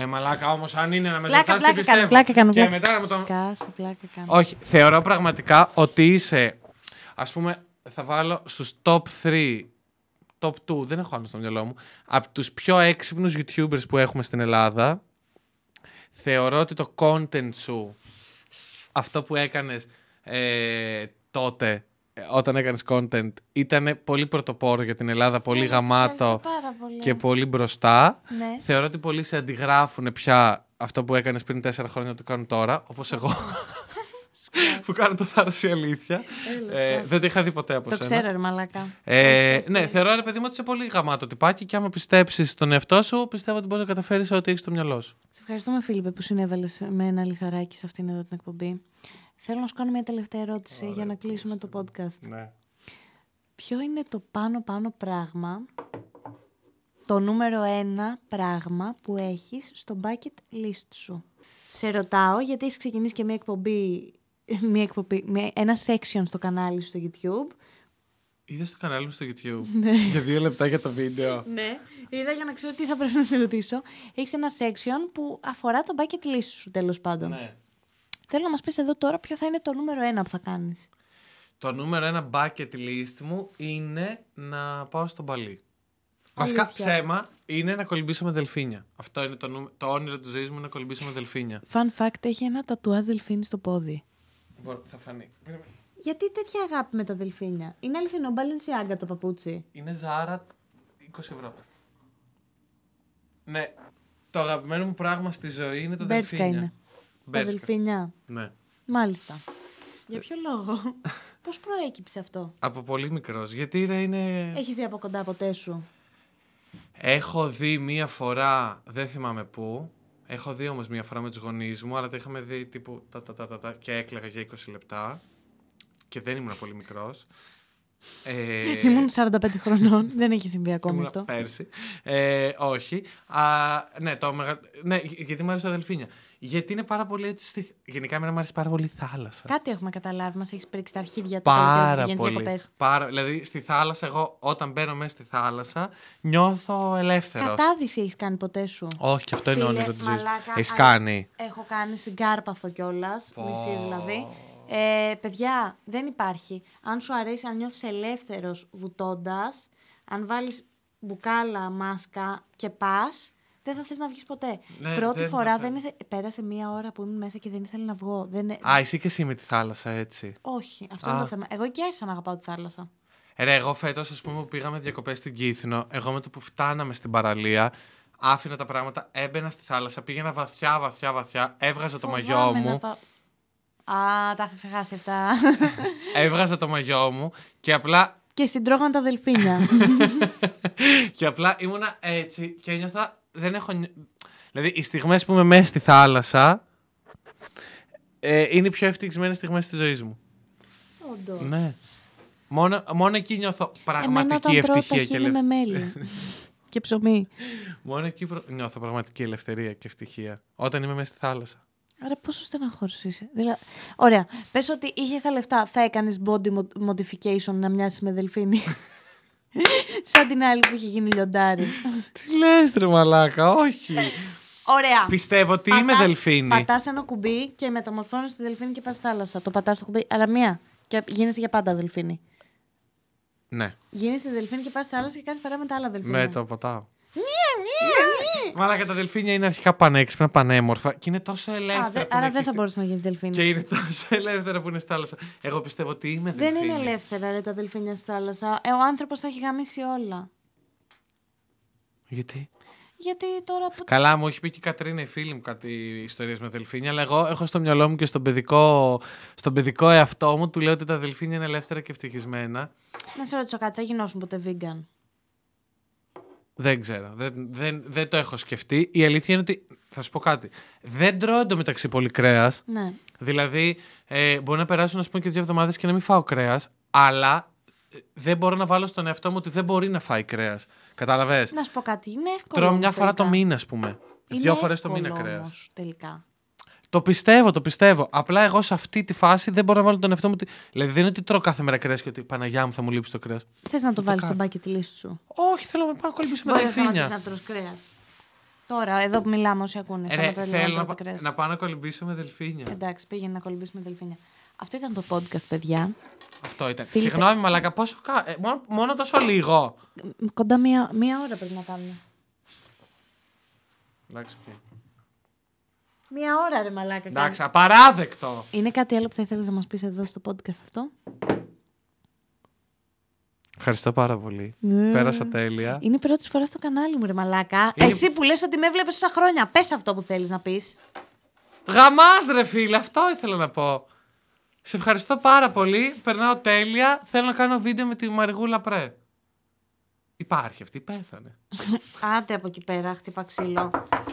Ε, μαλάκα όμως, αν είναι να με Πλάκα, ρωτάς, τι πλάκα πιστεύω. κάνω, Πλάκα κάνω. Και πλάκα. μετά να μου το. Σκάσε, πλάκα κάνω. Όχι, θεωρώ πραγματικά ότι είσαι. Ας πούμε, θα βάλω στους top 3. Top 2, δεν έχω άλλο στο μυαλό μου. Από τους πιο έξυπνους YouTubers που έχουμε στην Ελλάδα, θεωρώ ότι το content σου, αυτό που έκανες τότε, ε, όταν έκανες content, ήταν πολύ πρωτοπόρο για την Ελλάδα, πολύ Έλα, σε γαμάτο ευχαριστώ πάρα πολύ. και πολύ μπροστά. Ναι. Θεωρώ ότι πολλοί σε αντιγράφουν πια αυτό που έκανες πριν τέσσερα χρόνια το κάνουν τώρα, όπως εγώ. που κάνω το θάρρος η αλήθεια. Έλα, Ε, σκάσε. δεν το είχα δει ποτέ από Το σένα. ξέρω, ρε μαλάκα. Ε, Ευχαριστώ. ναι, θεωρώ ρε παιδί μου ότι είσαι πολύ γαμάτο τυπάκι και άμα πιστέψεις τον εαυτό σου, πιστεύω ότι μπορείς να καταφέρεις ό,τι έχεις στο μυαλό σου. Σε ευχαριστούμε, Φίλιππε, που συνέβαλες με ένα λιθαράκι σε αυτήν εδώ την εκπομπή. Θέλω να σου κάνω μια τελευταία ερώτηση για να κλείσουμε το podcast. Ναι. Ποιο είναι το πάνω-πάνω πράγμα, το νούμερο ένα πράγμα που έχεις στο bucket list σου. Σε ρωτάω γιατί έχεις ξεκινήσει και μια εκπομπή, μια εκπομπή μια, ένα section στο κανάλι σου στο YouTube. Είδες το κανάλι μου στο YouTube για δύο λεπτά για το βίντεο. Ναι, είδα για να ξέρω τι θα πρέπει να σε ρωτήσω. Έχεις ένα section που αφορά το bucket list σου τέλος πάντων. ναι. Θέλω να μας πεις εδώ τώρα ποιο θα είναι το νούμερο ένα που θα κάνεις. Το νούμερο ένα bucket list μου είναι να πάω στον Παλί. Βασικά Αλήθεια. ψέμα είναι να κολυμπήσω με δελφίνια. Αυτό είναι το, νου- το όνειρο της ζωής μου, να κολυμπήσω με δελφίνια. Fun fact, έχει ένα τατουάζ δελφίνι στο πόδι. Μπορώ- Λοιπόν, Θα φανεί. Γιατί τέτοια αγάπη με τα δελφίνια. Είναι αληθινό Balenciaga το παπούτσι. Είναι Ζάρα 20 ευρώ. Ναι. Το αγαπημένο μου πράγμα στη ζωή είναι τα Μπέρσκα δελφίνια. είναι. Τα Μπέρσκα. δελφίνια. Ναι. Μάλιστα. Για ποιο λόγο. Πώς προέκυψε αυτό. Από πολύ μικρός. Γιατί ρε, είναι... Έχεις δει από κοντά ποτέ σου. Έχω δει μία φορά, δεν θυμάμαι πού. Έχω δει όμως μία φορά με τους γονείς μου, αλλά τα είχαμε δει τύπου τα, τα, τα, τα, τα και έκλαιγα για 20 λεπτά. Και δεν ήμουν πολύ μικρός. Ε, *laughs* Ήμουν 45 χρονών. Δεν έχει συμβεί ακόμη ήμουνα αυτό. Πέρσι. Ε, όχι. Α, ναι, το μεγα... ναι, γιατί μου αρέσει το αδελφίνια. Γιατί είναι πάρα πολύ έτσι. Στη... Γενικά, εμένα μου αρέσει πάρα πολύ η θάλασσα. Κάτι έχουμε καταλάβει. Μας έχεις πρίξει τα αρχίδια του Πάρα πηγαίνει πολύ. Πάρα... Δηλαδή, στη θάλασσα, εγώ όταν μπαίνω μέσα στη θάλασσα, νιώθω ελεύθερος. Κατάδυση έχεις κάνει ποτέ σου. Όχι, και αυτό ναι, είναι Φίλε, όνειρο τη ζωή. μαλάκα, Έχεις αν- κάνει. Έχω κάνει στην Κάρπαθο κιόλας, Πω. μισή δηλαδή. Ε, παιδιά, δεν υπάρχει. Αν σου αρέσει, αν νιώθεις ελεύθερος βουτώντας, αν βάλεις μπουκάλα, μάσκα και πας, δεν θα θες να βγεις ποτέ. Ναι, Πρώτη δεν φορά θα δεν θέλω. ήθε... πέρασε μία ώρα που ήμουν μέσα και δεν ήθελα να βγω. Δεν... ε- Α, εσύ και εσύ με τη θάλασσα, έτσι. Όχι, αυτό Α. είναι το θέμα. Εγώ εκεί άρχισα να αγαπάω τη θάλασσα. Ρε, εγώ φέτος, ας πούμε, που πήγαμε διακοπές στην Κύθινο, εγώ με το που φτάναμε στην παραλία, άφηνα τα πράγματα, έμπαινα στη θάλασσα, πήγαινα βαθιά, βαθιά, βαθιά, έβγαζα το μαγιό Φοβάμαι να μου. πάω- Α, τα είχα ξεχάσει αυτά. *laughs* Έβγαζα το μαγιό μου και απλά, και στην τρώγαν τα δελφίνια. και απλά ήμουνα έτσι και νιώθα. Δεν έχω. νι- Δηλαδή, οι στιγμές που είμαι μέσα στη θάλασσα ε, είναι οι πιο ευτυχισμένες στιγμές της ζωής μου. Όντως. Ναι. Μόνο, μόνο εκεί νιώθω πραγματική Εμένα όταν ευτυχία τρώω και ταχύνι με ελευθερία. *laughs* μέλι. και ψωμί. Μόνο εκεί προ- νιώθω πραγματική ελευθερία και ευτυχία. Όταν είμαι μέσα στη θάλασσα. Άρα πόσο στεναχώρης είσαι. Δηλα... Ωραία. Πες ότι είχες τα λεφτά, θα έκανες body mod- modification να μοιάσεις με δελφίνι. *laughs* Σαν την άλλη που είχε γίνει λιοντάρι. Τι λες, ρε μαλάκα, όχι. Ωραία. Πιστεύω ότι είμαι Πατάς- δελφίνη. Πατάς ένα κουμπί και μεταμορφώνεις στη δελφίνι και πας στη θάλασσα. Το πατάς το κουμπί, αλλά μία. Και γίνεσαι για πάντα δελφίνι. Ναι, Γίνεσαι δελφίνι και πας στη θάλασσα και κάνεις παρά με τα άλλα δελφίνια. ναι, το πατάω. Μαλάκα, τα δελφίνια είναι αρχικά πανέξυπνα, πανέμορφα και είναι τόσο ελεύθερα. Α, δε- που είναι άρα εκεί δεν θα στη- μπορούσε να γίνει δελφίνι. Και είναι τόσο ελεύθερα που είναι στη θάλασσα. Εγώ πιστεύω ότι είμαι Δεν δελφίνη. είναι ελεύθερα ρε, τα δελφίνια στη θάλασσα. Ε, ο άνθρωπος τα έχει γαμίσει όλα. Γιατί. Γιατί τώρα που. Καλά, μου έχει πει και η Κατρίνα, η φίλη μου, κάτι ιστορίες με δελφίνια, αλλά εγώ έχω στο μυαλό μου και στον παιδικό, στον παιδικό εαυτό μου του λέω ότι τα δελφίνια είναι ελεύθερα και ευτυχισμένα. Να σε ρωτήσω κάτι, θα γινώσουν ποτέ vegan. Δεν ξέρω. Δεν, δεν, δεν το έχω σκεφτεί. Η αλήθεια είναι ότι. Θα σου πω κάτι. Δεν τρώω εντωμεταξύ πολύ κρέας. Ναι. Δηλαδή, ε, μπορεί να περάσουν ας πούμε, και δύο εβδομάδες και να μην φάω κρέας, αλλά ε, δεν μπορώ να βάλω στον εαυτό μου ότι δεν μπορεί να φάει κρέας. Κατάλαβες. Να σου πω κάτι, είναι εύκολο. Τρώω όμως μια φορά τελικά. το μήνα, ας πούμε. Είναι Δύο φορές το εύκολο μήνα κρέας. όμως, Τελικά. Το πιστεύω, το πιστεύω. Απλά εγώ σε αυτή τη φάση δεν μπορώ να βάλω τον εαυτό μου. Ότι... Δηλαδή, δεν είναι ότι τρώω κάθε μέρα κρέας και ότι Παναγιά μου θα μου λείψει το κρέας. Θες να το βάλεις κάνω. στο bucket list σου. Όχι, θέλω να πάω να κολυμπήσω με Μπορείς να σταματήσει δελφίνια. να τρως κρέας. Τώρα, εδώ που μιλάμε, όσοι ακούνε, Ρε, σταματά λίγο Ε, θέλω να να, τρώτε πα- κρέας. να πάω να κολυμπήσω με δελφίνια. Εντάξει, πήγαινε να κολυμπήσουμε δελφίνια. Αυτό ήταν το podcast, παιδιά. Αυτό ήταν. Φίλιππε. Συγγνώμη, μαλάκα, πόσο. Κα... ε, μόνο, μόνο τόσο λίγο. Μ, Κοντά μία, μία ώρα πρέπει να κάνουμε. Εντάξει, Ε, οκ. Μία ώρα, ρε μαλάκα. κάνουμε. Εντάξει, απαράδεκτο. Είναι κάτι άλλο που θα ήθελες να μας πεις εδώ στο podcast αυτό. Ευχαριστώ πάρα πολύ. Ναι. Πέρασα τέλεια. Είναι η πρώτη φορά στο κανάλι μου, ρε Μαλάκα. Είναι- Εσύ που λες ότι με έβλεπε τόσα χρόνια. Πες αυτό που θέλεις να πεις. Γαμάς ρε φίλε, αυτό ήθελα να πω. Σε ευχαριστώ πάρα πολύ. Περνάω τέλεια. Θέλω να κάνω βίντεο με τη Μαριγούλα Πρέ. Υπάρχει αυτή, πέθανε. Άντε από εκεί πέρα, χτύπα ξύλο.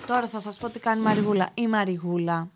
Τώρα θα σας πω τι κάνει η Μαριγούλα. Η Μαριγούλα